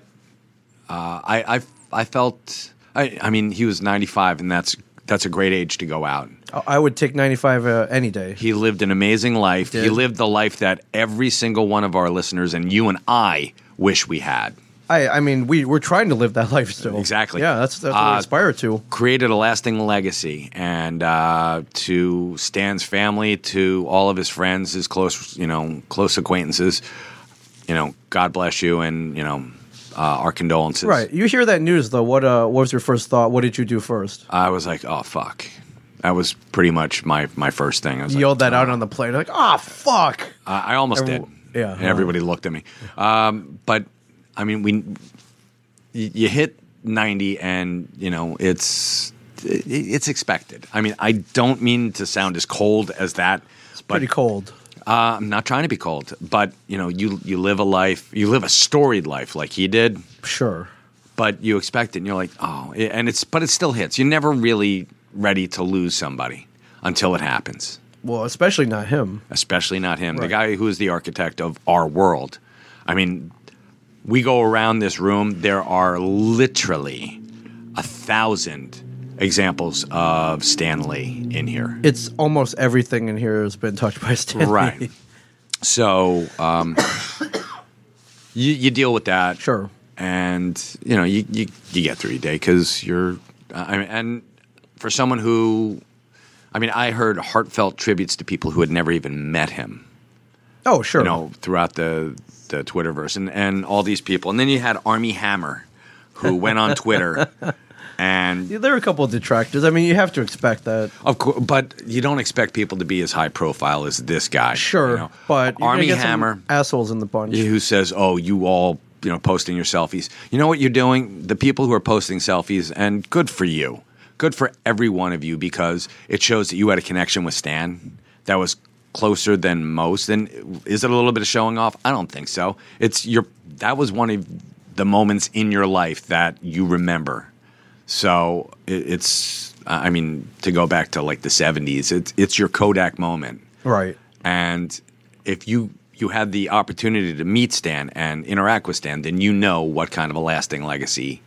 S1: uh, I, I I felt I I mean he was 95 and that's that's a great age to go out.
S4: I I would take 95 uh, any day.
S1: He lived an amazing life. He
S4: did.
S1: lived the life that every single one of our listeners and you and I wish we had.
S4: I, I mean, we we're trying to live that *laughs* life still.
S1: Exactly.
S4: Yeah, that's that's what
S1: Uh,
S4: we aspire to.
S1: Created a lasting legacy, and uh, to Stan's family, to all of his friends, his close you know close acquaintances, you know, God bless you, and you know, uh, our condolences.
S4: Right. You hear that news though. What uh, what was your first thought? What did you do first?
S1: I was like, oh fuck. That was pretty much my, my first thing. I was
S4: You
S1: like,
S4: yelled that out on the plane. Like, ah, fuck.
S1: I, I almost
S4: Every-
S1: did.
S4: yeah, uh-huh.
S1: And
S4: huh.
S1: everybody looked at me. Um, but I mean, we y- you hit 90 and you know it's it, it's expected i mean i don't mean to sound as cold as that but
S4: Pretty cold.
S1: uh, i'm not trying to be cold but you know you you live a life you live a storied life like he did
S4: Sure.
S1: but you expect it and you're like oh and it's but it still hits you're never really ready to lose somebody until it happens
S4: Well, especially not him.
S1: especially not him. The
S4: Right.
S1: guy who is the architect of our world. I mean, we go around this room, there are literally a thousand examples of Stanley in
S4: *laughs*
S1: here.
S4: It's almost everything in here has been touched by Stanley.
S1: Right. So um, you, you deal with that.
S4: *laughs* Sure.
S1: And, you know, you, you, you get through your day because you're, I mean, and for someone who, I mean, I heard heartfelt tributes to people who had never even met him.
S4: Oh, sure.
S1: you know, throughout the the Twitterverse and and all these people. And then you had Army Hammer, who went on
S4: *laughs*
S1: Twitter, and
S4: Yeah, there are a couple of detractors. I mean, you have to expect that.
S1: of course, but you don't expect people to be as high profile as this guy. you
S4: Sure,
S1: know.
S4: but you're
S1: Army
S4: gonna get some
S1: Hammer,
S4: assholes in the bunch.
S1: who says, "Oh, you all." You know, posting your selfies. You know what you're doing? The people who are posting selfies, and good for you. Good for every one of you because it shows that you had a connection with Stan that was closer than most. And is it a little bit of showing off? I don't think so. It's your that was one of the moments in your life that you remember. So it, it's I mean, to go back to like the 70s, it's it's your Kodak moment
S4: Right.
S1: and if you you had the opportunity to meet Stan and interact with Stan, then you know what kind of a lasting legacy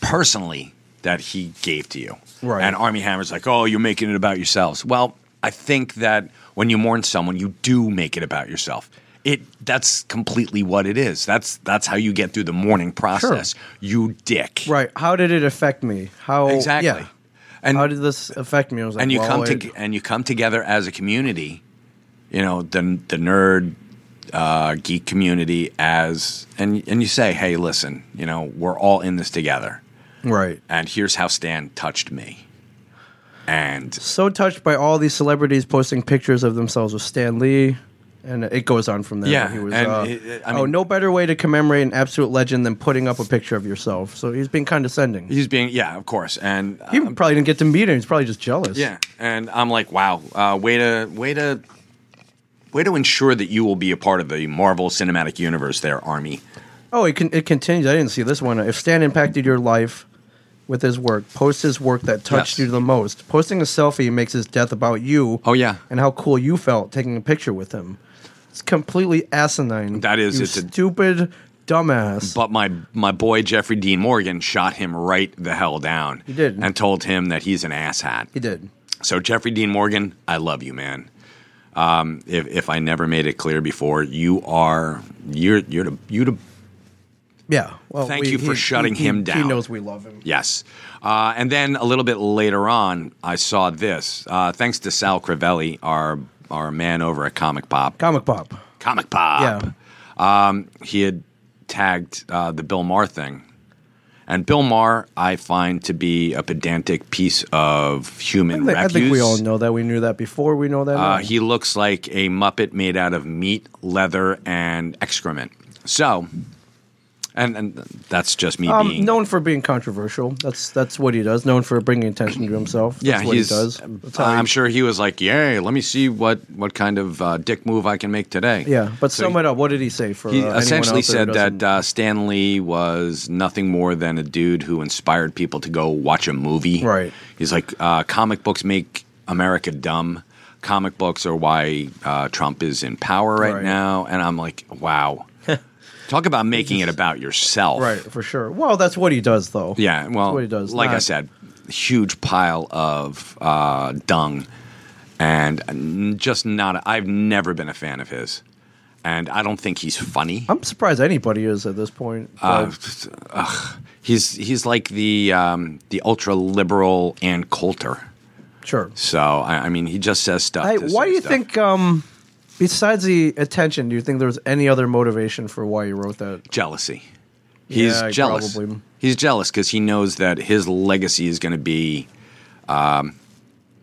S1: personally that he gave to you.
S4: Right.
S1: And Army Hammer's like, "Oh, you're making it about yourselves." Well, I think that when you mourn someone, you do make it about yourself. It that's completely what it is. That's that's how you get through the mourning process. You dick.
S4: Right. How did it affect me? How
S1: Exactly.
S4: Yeah.
S1: And
S4: How did this affect me? I was like,
S1: and you
S4: well,
S1: come
S4: it-
S1: to, and you come together as a community. You know the the nerd uh, geek community as and and you say, hey, listen, you know we're all in this together,
S4: right.
S1: and here's how Stan touched me, and
S4: So touched by all these celebrities posting pictures of themselves with Stan Lee. And it goes on from there.
S1: Yeah,
S4: He was,
S1: and
S4: uh,
S1: it- it- I
S4: oh,
S1: mean-
S4: no better way to commemorate an absolute legend than putting up a picture of yourself. So he's being condescending.
S1: he's being yeah, of course, and uh,
S4: He probably didn't get to meet him. He's probably just jealous.
S1: Yeah, and I'm like, wow, uh, way to way to way to ensure that you will be a part of the Marvel Cinematic Universe, there, Army.
S4: Oh, it con- it continues. I didn't see this one. If Stan impacted your life with his work, post his work that touched
S1: Yes.
S4: you the most. Posting a selfie makes his death about you.
S1: Oh, yeah.
S4: and how cool you felt taking a picture with him. It's completely asinine.
S1: That is,
S4: you
S1: it's a-
S4: stupid dumbass.
S1: But my my boy Jeffrey Dean Morgan shot him right the hell down. He
S4: did.
S1: and told him that he's an asshat.
S4: he did.
S1: So Jeffrey Dean Morgan, I love you, man. Um, if if I never made it clear before, you are you're you're the you the
S4: Yeah. Well,
S1: Thank you for shutting
S4: he-
S1: him
S4: he- He
S1: down.
S4: knows we love him.
S1: yes. Uh, and then a little bit later on, I saw this. Uh, thanks to Sal Crivelli, our our man over at Comic Pop.
S4: Comic pop.
S1: Comic Pop.
S4: Yeah.
S1: Um, he had tagged uh, the Bill Maher thing. And Bill Maher, I find to be a pedantic piece of
S4: I
S1: human
S4: think, I
S1: refuse.
S4: think we all know that. We knew that before. We know that.
S1: Uh,
S4: now.
S1: he looks like a Muppet made out of meat, leather, and excrement. So, and, and that's just me
S4: um,
S1: being.
S4: known for being controversial. That's that's what he does. Known for bringing attention to himself.
S1: yeah,
S4: that's what he
S1: he's.
S4: does. That's how
S1: I'm
S4: he-
S1: sure he was like, "Yay, let me see what what kind of uh, dick move I can make today."
S4: Yeah, but
S1: So
S4: sum
S1: he-
S4: it up. What did he say for?
S1: He
S4: uh, anyone
S1: essentially
S4: out there
S1: said
S4: who
S1: that
S4: doesn't-
S1: uh, Stan Lee was nothing more than a dude who inspired people to go watch a movie.
S4: Right.
S1: He's like, uh, comic books make America dumb. Comic books are why uh, Trump is in power right,
S4: Right.
S1: now. And I'm like,
S4: *laughs*
S1: wow. Talk about making it about yourself.
S4: right for sure. Well, that's what he does, though.
S1: uh, Yeah. Well,
S4: what he does,
S1: like I
S4: not-
S1: said, huge pile of uh, dung, and n- just not. i I've never been a fan of his, and I don't think he's funny.
S4: I'm surprised anybody is at this point. but
S1: Uh, ugh. He's he's like the um, the ultra liberal Ann Coulter.
S4: sure.
S1: So I, I mean, he just says stuff.
S4: Hey,
S1: to
S4: why
S1: say
S4: do you
S1: stuff.
S4: think? Um, besides the attention, do you think there was any other motivation for why you wrote that?
S1: jealousy? He's
S4: Yeah,
S1: jealous.
S4: probably.
S1: He's jealous because he knows that his legacy is going to be um,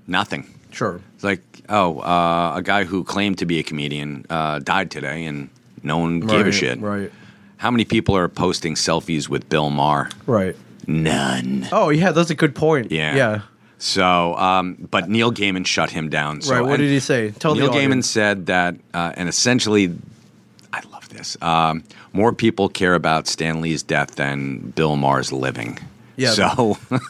S1: nothing.
S4: Sure.
S1: It's like, oh, uh, a guy who claimed to be a comedian uh, died today, and no one
S4: right,
S1: gave a shit.
S4: Right.
S1: How many people are posting selfies with Bill Maher?
S4: Right.
S1: None.
S4: Oh yeah, that's a good point.
S1: Yeah.
S4: Yeah.
S1: So, um, but Neil Gaiman shut him down. So,
S4: Right, what
S1: and
S4: did he say? Tell the
S1: Neil Gaiman
S4: audience.
S1: said that, uh, and essentially, I love this. Um, more people care about Stan Lee's death than Bill Maher's living.
S4: Yeah.
S1: So, *laughs*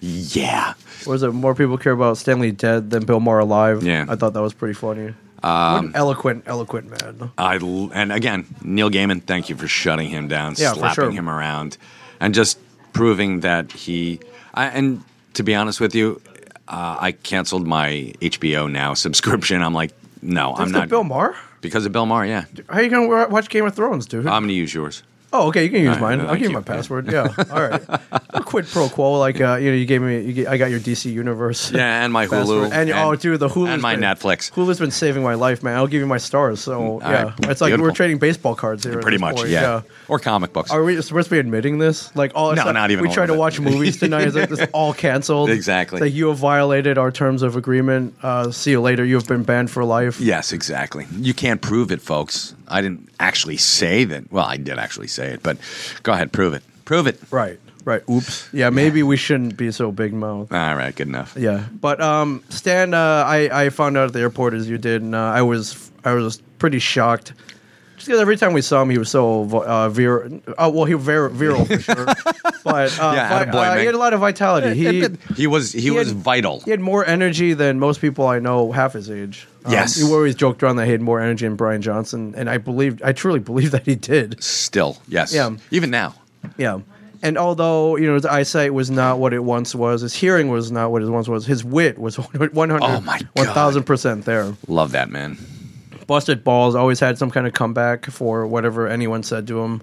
S1: yeah.
S4: What is it? More people care about Stanley dead than Bill Maher alive.
S1: Yeah.
S4: I thought that was pretty funny. Um, eloquent, eloquent man.
S1: I l- and again, Neil Gaiman, thank you for shutting him down,
S4: Yeah, for
S1: slapping
S4: sure.
S1: him around, and just proving that he. I, and to be honest with you, uh, I canceled my HBO Now subscription. I'm like, no, I'm
S4: That's the
S1: not
S4: Bill Maher.
S1: because of Bill Maher. Yeah,
S4: How you gonna wa- watch Game of Thrones, dude?
S1: I'm gonna use yours.
S4: oh, okay. You can use
S1: right,
S4: mine.
S1: no,
S4: I'll
S1: thank
S4: give you
S1: you.
S4: my
S1: Yeah.
S4: password. Yeah.
S1: *laughs*
S4: All right. A quid pro quo. Like uh, you know, you gave me. You g I I got your DC Universe. *laughs*
S1: Yeah, and my
S4: password.
S1: Hulu
S4: And, oh, dude, the Hulu
S1: and my
S4: been,
S1: Netflix.
S4: Hulu's been saving my life, man. I'll give you my stars. So yeah,
S1: right.
S4: it's like we're
S1: Beautiful.
S4: trading baseball cards here. at
S1: Pretty
S4: this
S1: much,
S4: point.
S1: yeah. Or comic books.
S4: Are we supposed to be admitting this? Like, all it's
S1: No, not even
S4: We
S1: all
S4: tried
S1: of
S4: to
S1: it.
S4: watch movies tonight. It's
S1: *laughs*
S4: like this all canceled.
S1: Exactly.
S4: It's Like you have violated our terms of agreement. Uh, see you later. You have been banned for life.
S1: Yes, exactly. You can't prove it, folks. I didn't actually say that. Well, I did actually say it, but go ahead, prove it. Prove it.
S4: Right. Right. Oops. Yeah. Maybe we shouldn't be so big mouth.
S1: All right, good enough.
S4: Yeah, but um, Stan, uh, I I found out at the airport as you did, and uh, I was I was pretty shocked. Just because every time we saw him, he was so vo- uh, virile. Uh, well, he was vir- virile for sure,
S1: *laughs*
S4: but uh,
S1: Yeah,
S4: vi-
S1: attaboy,
S4: uh, he
S1: Mick.
S4: had a lot of vitality. He
S1: He was he,
S4: He
S1: was
S4: had-
S1: vital.
S4: he had more energy than most people I know half his age. Um,
S1: Yes.
S4: he always joked around that he had more energy than Brian Johnson, and I believed I truly believe that he did.
S1: Still, yes.
S4: Yeah.
S1: Even now.
S4: Yeah. And although you know his eyesight was not what it once was, his hearing was not what it once was. His wit was *laughs* 100,
S1: Oh my God.
S4: 1,000 percent there.
S1: Love that
S4: *laughs*
S1: man.
S4: busted balls always had some kind of comeback for whatever anyone said to him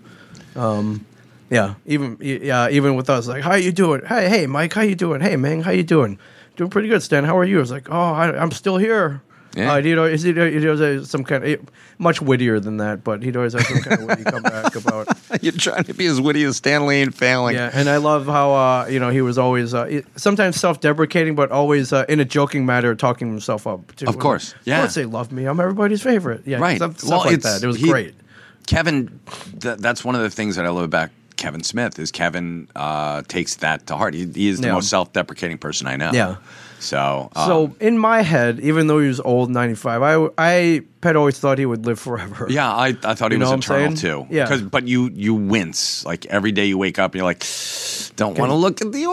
S4: um yeah even yeah even with us like how you doing hey hey mike how you doing hey man how you doing doing pretty good stan how are you it's like oh I, i'm still here
S1: Yeah.
S4: Uh, he'd always, he'd, he'd always have some kind of much wittier than that, but he'd always have some kind of witty
S1: *laughs*
S4: comeback about
S1: You're trying to be as witty as Stanley and failing.
S4: yeah. And I love how uh, you know he was always uh, it- sometimes self-deprecating, but always uh, in a joking manner, talking himself up. To,
S1: Of course. Yeah.
S4: Of course, they love me. I'm everybody's favorite. Yeah,
S1: Right.
S4: Stuff, stuff
S1: Well,
S4: like
S1: it's-
S4: that. It was
S1: he-
S4: great.
S1: Kevin th- that's one of the things that I love about Kevin Smith is Kevin uh, takes that to heart. He, he is the
S4: Yeah.
S1: most self-deprecating person I know.
S4: Yeah.
S1: So, um,
S4: So in my head, even though he was old, ninety five, I I had always thought he would live forever.
S1: Yeah, I, I thought he
S4: You
S1: was
S4: know what I'm
S1: eternal
S4: saying?
S1: too.
S4: Yeah.
S1: 'Cause- But you you wince like every day you wake up and you're like, don't want to look at the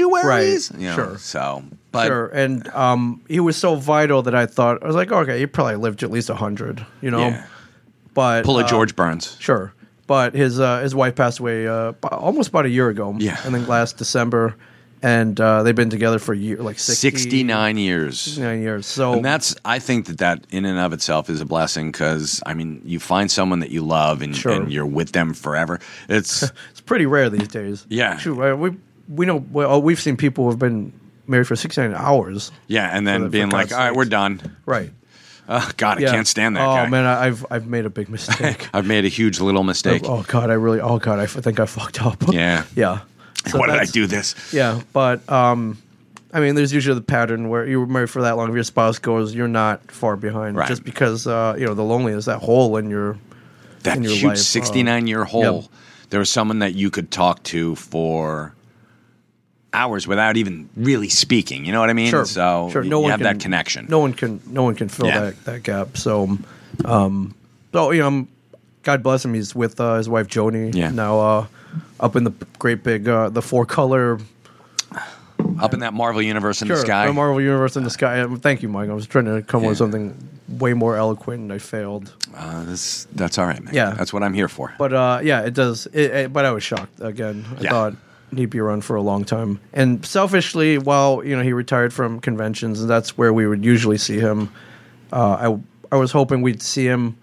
S1: obituaries.
S4: Right,
S1: You know,
S4: sure.
S1: So, but
S4: sure. And um, he was so vital that I thought I was like, okay, he probably lived to at least hundred. You know,
S1: Yeah.
S4: but
S1: pull a
S4: Um, uh,
S1: George Burns.
S4: Sure, but his uh, his wife passed away uh, b- almost about a year ago.
S1: Yeah.
S4: I think last December, and uh, they've been together for a year, like 60,
S1: Sixty nine years.
S4: 69 years. So
S1: And that's I think that that in and of itself is a blessing because I mean you find someone that you love and,
S4: Sure.
S1: and you're with them forever. It's
S4: it's pretty rare these days.
S1: Yeah.
S4: Shoot, I- we we know well, we've seen people who've been married for sixty nine hours.
S1: yeah, and then
S4: For the- for
S1: being like,
S4: God's
S1: all right,
S4: sakes.
S1: we're done.
S4: Right.
S1: Oh, God, I
S4: Yeah.
S1: can't stand that
S4: oh,
S1: guy.
S4: man, I- I've I've made a big
S1: *laughs*
S4: mistake.
S1: I've made a huge little mistake.
S4: oh god, I really. Oh god, I f- think I fucked up.
S1: Yeah.
S4: *laughs* yeah. So
S1: Why did I
S4: that's-
S1: do this?
S4: Yeah, but um, I mean, there's usually the pattern where you were married for that long. If your spouse goes, you're not far behind,
S1: Right.
S4: just because uh, you know the loneliness, that hole in your
S1: that
S4: in your
S1: huge
S4: life, uh,
S1: 69 year hole there was someone that you could talk to for hours without even really speaking you know what i mean
S4: sure,
S1: so
S4: sure,
S1: you-
S4: no
S1: you
S4: one
S1: have
S4: can,
S1: that connection
S4: No one can, no one can fill
S1: Yeah.
S4: that, that gap. So, um, so you know, I'm- God bless him. He's with uh, his wife Joni
S1: Yeah.
S4: now, uh, up in the great big uh, the four color
S1: up in that marvel universe in the
S4: Sure,
S1: sky
S4: the Marvel Universe in the sky. Um, Thank you, Mike. I was trying to come up with
S1: Yeah.
S4: something way more eloquent, and I failed.
S1: uh, that's, that's all right man
S4: Yeah.
S1: that's what i'm here for
S4: But uh, yeah, it does. It, it- but I was shocked again. I
S1: Yeah.
S4: thought he'd be around for a long time. And selfishly, while you know he retired from conventions, and that's where we would usually see him. Uh, I I was hoping we'd see him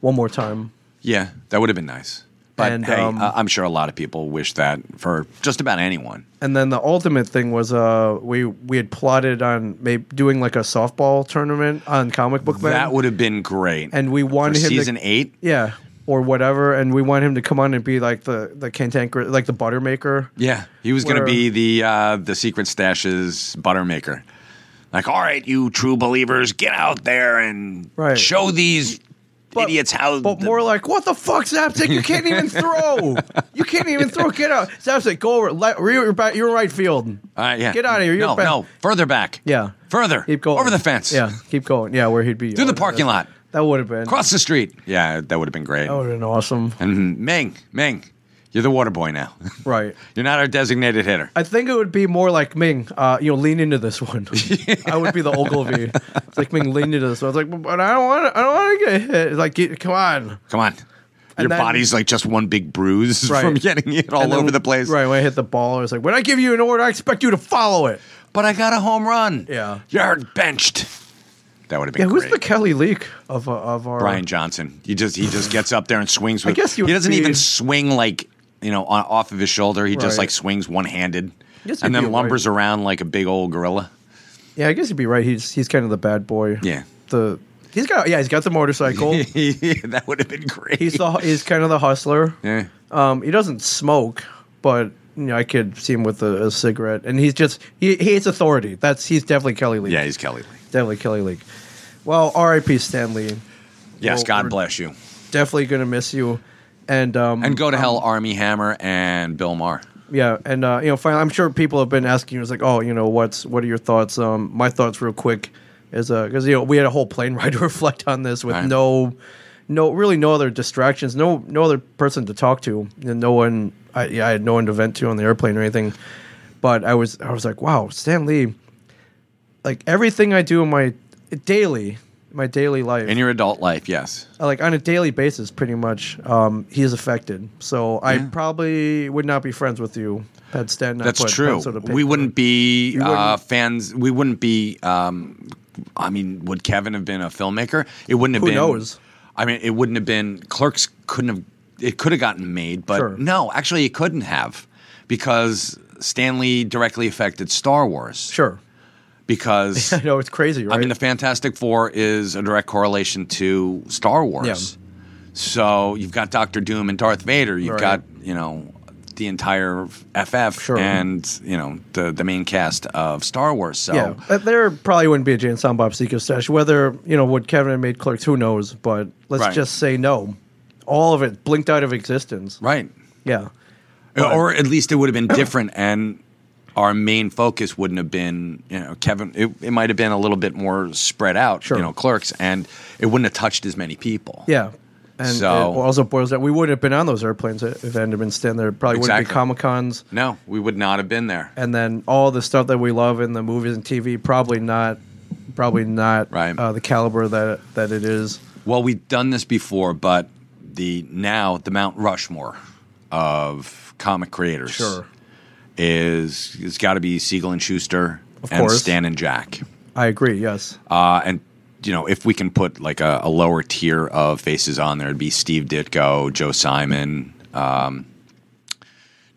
S4: one more time.
S1: yeah that would have been nice but
S4: And,
S1: hey
S4: um,
S1: uh, i'm sure a lot of people wish that for just about anyone
S4: And then the ultimate thing was uh, we we had plotted on maybe doing like a softball tournament on Comic Book Man.
S1: that would have been great
S4: and we
S1: for
S4: wanted him
S1: season
S4: to,
S1: eight
S4: Yeah, or whatever, and we want him to come on and be like the the cantanker, like the butter maker.
S1: Yeah, he was going to
S4: Where- um,
S1: be the uh, the secret stashes butter maker. Like, all right, you true believers, get out there and
S4: Right.
S1: show these
S4: But-
S1: idiots how
S4: But
S1: the-
S4: more like, what the fuck, Zapsik? You can't
S1: *laughs*
S4: even throw. You can't even throw. Get out, Zapsik. Go over. Let, you're, back, you're right field.
S1: Uh, yeah.
S4: Get outta here, you're
S1: no,
S4: back.
S1: no, further back.
S4: Yeah.
S1: Further.
S4: Keep going
S1: Over the fence.
S4: Yeah, keep going. Yeah, where he'd be
S1: Through the parking lot.
S4: That would have been.
S1: Across the street. Yeah, that would have been great.
S4: That would have been awesome.
S1: And Ming, Ming, you're the water boy now. *laughs*
S4: Right.
S1: you're not our designated hitter.
S4: I think it would be more like Ming. Uh, you know, lean into this
S1: *laughs*
S4: one. I would be the Ogilvy. It's like Ming, lean into this one. I was like, but I don't want. I don't want to get hit. It's like, get, come on.
S1: Come on. Your
S4: then-
S1: body's like just one big bruise *laughs*
S4: Right.
S1: from getting it all
S4: And then-
S1: over the place.
S4: Right when I hit the ball, I was like, when I give you an order, I expect you to follow it.
S1: But I got a home run.
S4: Yeah.
S1: You're benched. That would have
S4: Yeah,
S1: been
S4: who's
S1: great.
S4: the Kelly Leak of uh, of our
S1: Brian Johnson. He just he just gets up there and swings with
S4: guess you
S1: he
S4: would
S1: doesn't even
S4: be-
S1: swing like you know on, off of his shoulder. He just
S4: Right.
S1: like swings one handed
S4: guess you'd
S1: and
S4: be
S1: then
S4: right.
S1: lumbers around like a big old gorilla.
S4: Yeah, I guess you'd be right. He's he's kind of the bad boy.
S1: Yeah. *laughs*
S4: The he's got yeah he's got the motorcycle.
S1: that would have been great.
S4: he's the he's kind of the hustler.
S1: yeah.
S4: Um, he doesn't smoke, but you know I could see him with a, a cigarette, and he's just he, he hates authority. That's he's definitely Kelly Leak.
S1: yeah, he's Kelly Lee.
S4: definitely Kelly Leak. Well, R.I.P. Stanley.
S1: Yes,
S4: Well,
S1: God
S4: we're-
S1: bless you.
S4: Definitely gonna miss you. And um
S1: And go to hell, Army Hammer and Bill Maher.
S4: yeah, and uh, you know, finally, I'm sure people have been asking you, it's like, oh, you know, what's what are your thoughts? Um, my thoughts, real quick, is because you know we had a whole plane *laughs* ride to reflect on this with
S1: Right.
S4: no, no, really no other distractions, no, no other person to talk to, and no one. I, yeah, I had no one to vent to on the airplane or anything, but I was, I was like, wow, Stan Lee, like everything I do in my daily, my daily life,
S1: In your adult life, yes.
S4: uh, like on a daily basis, pretty much, um, he is affected. So I probably would not be friends with you had Stan not
S1: That's
S4: put
S1: true.
S4: pencil to paper.
S1: We wouldn't be
S4: wouldn't-
S1: uh, fans. We wouldn't be. Um, I mean, would Kevin have been a filmmaker? It wouldn't have
S4: Who
S1: been.
S4: knows?
S1: I mean, it wouldn't have been. Clerks couldn't have. It could have gotten made, but
S4: Sure.
S1: no, actually, it couldn't have because Stanley directly affected Star Wars.
S4: Sure. *laughs*
S1: Because
S4: I know it's crazy, right?
S1: I mean, the Fantastic Four is a direct correlation to Star Wars. So you've got Doctor Doom and Darth Vader. You've
S4: Right.
S1: got you know the entire FF
S4: Sure.
S1: and you know the the main cast of Star Wars. So
S4: yeah, Uh, there probably wouldn't be a Jane Silent Bob Seeker stash. Whether you know would Kevin have made Clerks, who knows? But let's
S1: Right.
S4: just say no. All of it blinked out of existence.
S1: right,
S4: Yeah,
S1: or at least it would have been different, and our main focus wouldn't have been you know Kevin. It, it might have been a little bit more spread out.
S4: Sure.
S1: You know, Clerks, and it wouldn't have touched as many people.
S4: yeah. And
S1: So-
S4: it also boils down. We wouldn't have been on those airplanes if it hadn't been Stan there. Probably wouldn't be
S1: Exactly.
S4: Comic Cons.
S1: No, we would not have been there.
S4: and then all the stuff that we love in the movies and TV probably not, probably not
S1: Right.
S4: uh, the caliber that that it is.
S1: Well, we've done this before, but the now the Mount Rushmore of comic creators is it's got to be Siegel and Schuster
S4: Of
S1: and
S4: course.
S1: Stan and Jack.
S4: I agree. Yes,
S1: Uh, and you know, if we can put like a, a lower tier of faces on there, it'd be Steve Ditko, Joe Simon, um,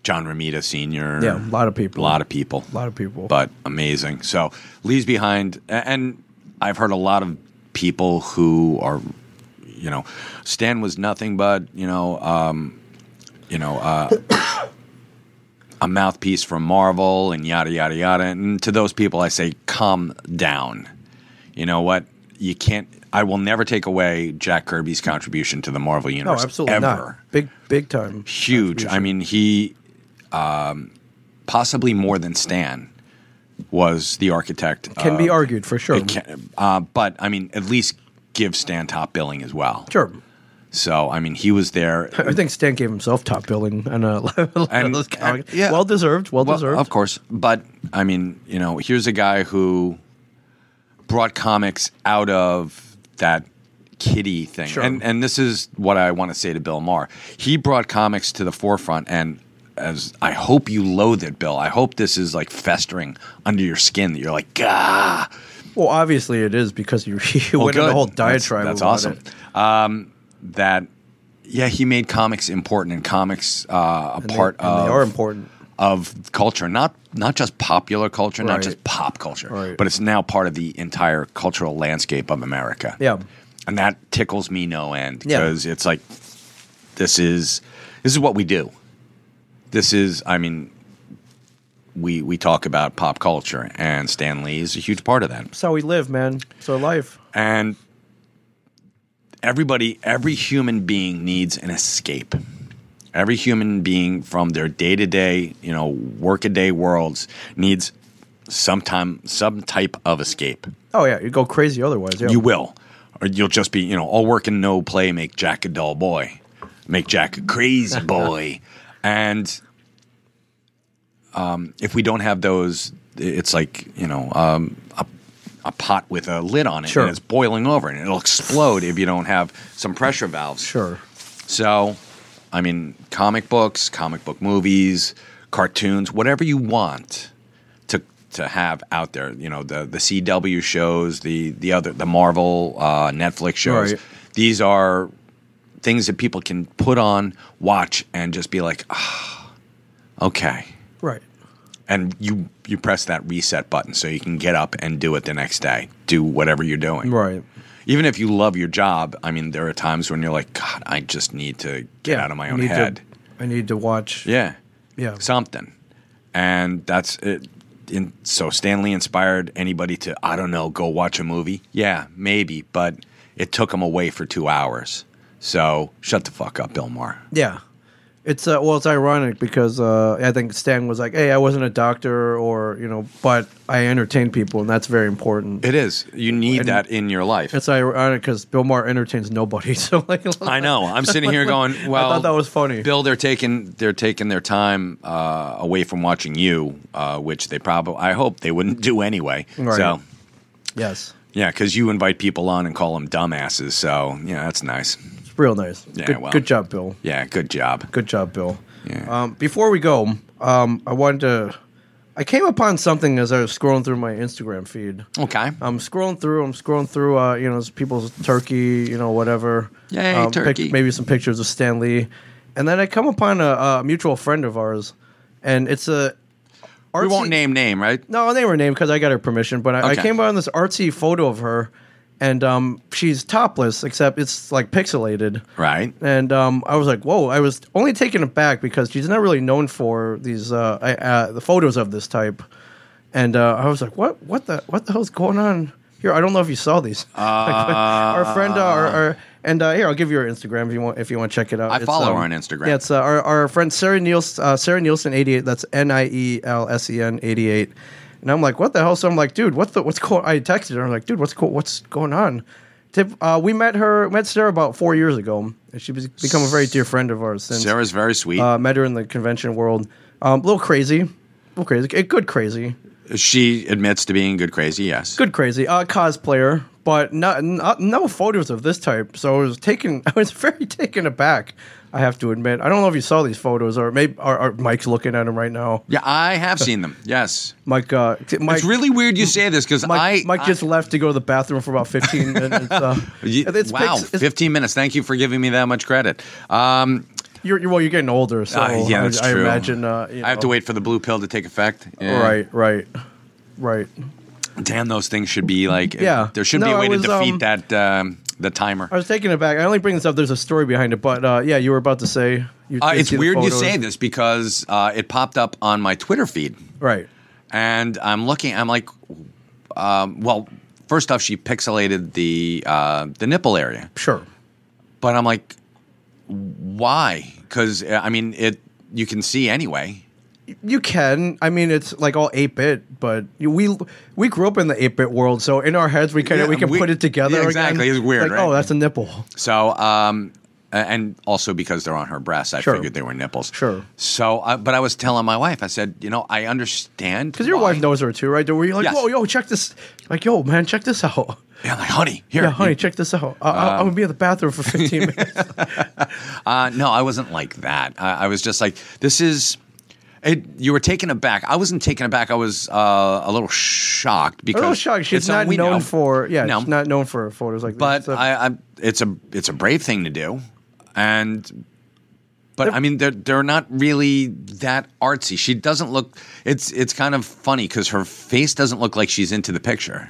S1: John Romita Sr.
S4: yeah, a lot of
S1: a
S4: people,
S1: lot of people,
S4: a lot of people.
S1: but amazing. So leaves behind, a- and I've heard a lot of people who are, you know, Stan was nothing but you know, um, you know, uh, *coughs* a mouthpiece from Marvel and yada yada yada. And to those people, I say, calm down. You know what? You can't. I will never take away Jack Kirby's contribution to the Marvel
S4: no,
S1: universe.
S4: absolutely
S1: ever
S4: not. Big, big time.
S1: huge. I mean, he um, possibly more than Stan was the architect.
S4: Can
S1: of-
S4: be argued for sure.
S1: It can- uh, but I mean, at least give Stan top billing as well.
S4: Sure.
S1: So I mean, he was there.
S4: I think Stan gave himself top billing on *laughs* a
S1: And-
S4: those comic-
S1: yeah.
S4: well deserved, well, deserved.
S1: Of course. But I mean, you know, here's a guy who brought comics out of that kiddie thing.
S4: Sure.
S1: And and this is what I want to say to Bill Maher. He brought comics to the forefront and as I hope you loathe it, Bill. I hope this is like festering under your skin that you're like, gah.
S4: Well, obviously it is because you, *laughs* you
S1: Well,
S4: went on
S1: good.
S4: a whole
S1: That's-
S4: diatribe.
S1: That's,
S4: about
S1: awesome.
S4: it.
S1: Um, that yeah, he made comics important and comics uh, a part
S4: they,
S1: of
S4: and they are important.
S1: of culture, not not just popular culture, not
S4: Right.
S1: just pop culture,
S4: Right.
S1: but it's now part of the entire cultural landscape of America.
S4: Yeah.
S1: and that tickles me no end
S4: Yeah.
S1: because it's like this is this is what we do. This is, I mean, we we talk about pop culture, and Stan Lee is a huge part of that
S4: That's how we live, man. It's our life.
S1: and everybody, every human being needs an escape. Every human being from their day to day, you know, workaday worlds needs some time, some type of escape.
S4: Oh yeah, you go crazy otherwise. Yeah.
S1: You will, or you'll just be, you know, all work and no play make Jack a dull boy, make Jack a crazy boy, and um, if we don't have those, it's like you know um, a, a pot with a lid on it,
S4: Sure.
S1: and it's boiling over, and it'll explode if you don't have some pressure valves.
S4: sure.
S1: So, I mean, comic books, comic book movies, cartoons, whatever you want to to have out there. You know, the the CW shows, the the other the Marvel, uh, Netflix shows.
S4: Right.
S1: These are things that people can put on, watch, and just be like, ah, okay.
S4: Right.
S1: And you you press that reset button so you can get up and do it the next day. Do whatever you're doing
S4: Right.
S1: even if you love your job, I mean, there are times when you're like, God, I just need to get out of my
S4: I
S1: own
S4: need to-
S1: head.
S4: I need to watch.
S1: Yeah.
S4: Yeah.
S1: Something. And that's it. In, so Stanley inspired anybody to, I don't know, go watch a movie. Yeah, maybe, but it took him away for two hours. So shut the fuck up, Bill Maher.
S4: Yeah. It's uh, well, it's ironic because uh, I think Stan was like, "Hey, I wasn't a doctor, or you know, but I entertain people, and that's very important."
S1: It is. You need
S4: And-
S1: that in your life.
S4: it's ironic because Bill Maher entertains nobody, *laughs* so like,
S1: I know. I'm sitting here going, well,
S4: *laughs* I thought that was funny.
S1: Bill, they're taking they're taking their time uh, away from watching you, uh, which they probably I hope they wouldn't do anyway.
S4: Right.
S1: So
S4: yes,
S1: yeah, because you invite people on and call them dumbasses. So yeah, that's nice.
S4: it's real nice.
S1: Yeah,
S4: good,
S1: well.
S4: good job, Bill.
S1: Yeah, good job.
S4: Good job, Bill.
S1: Yeah.
S4: Um, before we go, um, I wanted to. I came upon something as I was scrolling through my Instagram feed.
S1: Okay.
S4: I'm scrolling through. I'm scrolling through. Uh, you know, people's turkey. You know, whatever.
S1: Yay,
S4: um, pic-
S1: turkey.
S4: maybe some pictures of Stan Lee, and then I come upon a, a mutual friend of ours, and it's a. Artsy,
S1: we won't name name, right?
S4: No, they were named because I got her permission. But I, I
S1: Okay.
S4: came upon this artsy photo of her, and um, she's topless except it's like pixelated.
S1: Right.
S4: And um, I was like, "Whoa!" I was only taken aback because she's not really known for these uh, I, uh, the photos of this type. And uh, I was like, "What? What the? What the hell's going on here?" I don't know if you saw these. *laughs* our friend, uh, our, our- and uh, here I'll give you her Instagram if you want. If you want to check it out,
S1: I follow
S4: um,
S1: her on Instagram.
S4: Yeah, it's uh, our our friend Sarah Nielsen, uh, Sarah Nielsen eighty eight. That's N I E L S E N eighty eight. And I'm like, what the hell? So I'm like, dude, what the what's going? I texted her. I'm like, dude, what's go- what's going on? Tip, uh, we met her met Sarah about four years ago, and she's become a very dear friend of ours since.
S1: Sarah's very sweet.
S4: uh, met her in the convention world. Um, a little crazy, a little crazy, a good crazy,
S1: she admits to being good crazy. Yes.
S4: good crazy. Uh, cosplayer, but not, not no photos of this type. So I was taken. *laughs* I was very taken aback. I have to admit. I don't know if you saw these photos, or maybe or, or Mike's looking at them right now.
S1: Yeah, I have seen them. Yes.
S4: Mike, uh, t- Mike,
S1: it's really weird you say this because I
S4: Mike, Mike just left to go to the bathroom for
S1: *laughs*
S4: about fifteen minutes. Uh,
S1: Ye-
S4: it's
S1: wow,
S4: pics- it's-
S1: 15 minutes. Thank you for giving me that much credit. Um,
S4: You're, you're well, you're getting older, so
S1: uh, yeah,
S4: I-
S1: that's
S4: I,
S1: true.
S4: imagine. Uh, you
S1: I have
S4: know.
S1: to wait for the blue pill to take effect. Yeah.
S4: Right, right, right.
S1: Damn, those things should be like.
S4: Yeah.
S1: There should
S4: No,
S1: be a
S4: I
S1: way
S4: was,
S1: to defeat
S4: um,
S1: that um, the timer.
S4: I was taking it back. I only bring this up. There's a story behind it, but uh, yeah, you were about to say. You
S1: Uh,
S4: did
S1: it's
S4: see the
S1: weird you
S4: photos.
S1: say this because uh, it popped up on my Twitter feed,
S4: Right.
S1: and I'm looking. I'm like, um, well, first off, she pixelated the uh, the nipple area.
S4: Sure.
S1: but I'm like, why? Because I mean, it you can see anyway.
S4: You can. I mean, it's like all eight bit, but you- we we grew up in the eight bit world, so in our heads we can
S1: Yeah,
S4: we can
S1: we-
S4: put it together.
S1: yeah,
S4: again.
S1: exactly. It's weird,
S4: Like,
S1: right?
S4: Oh, that's a nipple.
S1: So, um, a- and also because they're on her breasts, I
S4: Sure.
S1: figured they were nipples.
S4: Sure.
S1: So, I but I was telling my wife, I said, you know, I understand
S4: Because your
S1: why."
S4: wife knows her too, right? Were you like,
S1: Yes.
S4: whoa, yo, check this? Like, yo, man, check this out.
S1: Yeah, I'm like, honey, here,
S4: Yeah, honey,
S1: you- Um,
S4: check this out. I, I, I'm gonna be in the bathroom
S1: *laughs*
S4: for 15 minutes.
S1: Uh, no, I wasn't like that. I, I was just like, this is. It, you were taken aback. I wasn't taken aback. I was uh, a little shocked
S4: A
S1: because
S4: little shocked. Oh, She's
S1: it's something
S4: not
S1: we
S4: known
S1: know.
S4: for yeah,
S1: No.
S4: she's not known for photos like
S1: but
S4: this. So-
S1: I, I, it's a it's a brave thing to do, and but I mean they're they're not really that artsy. She doesn't look. It's it's kind of funny because her face doesn't look like she's into the picture.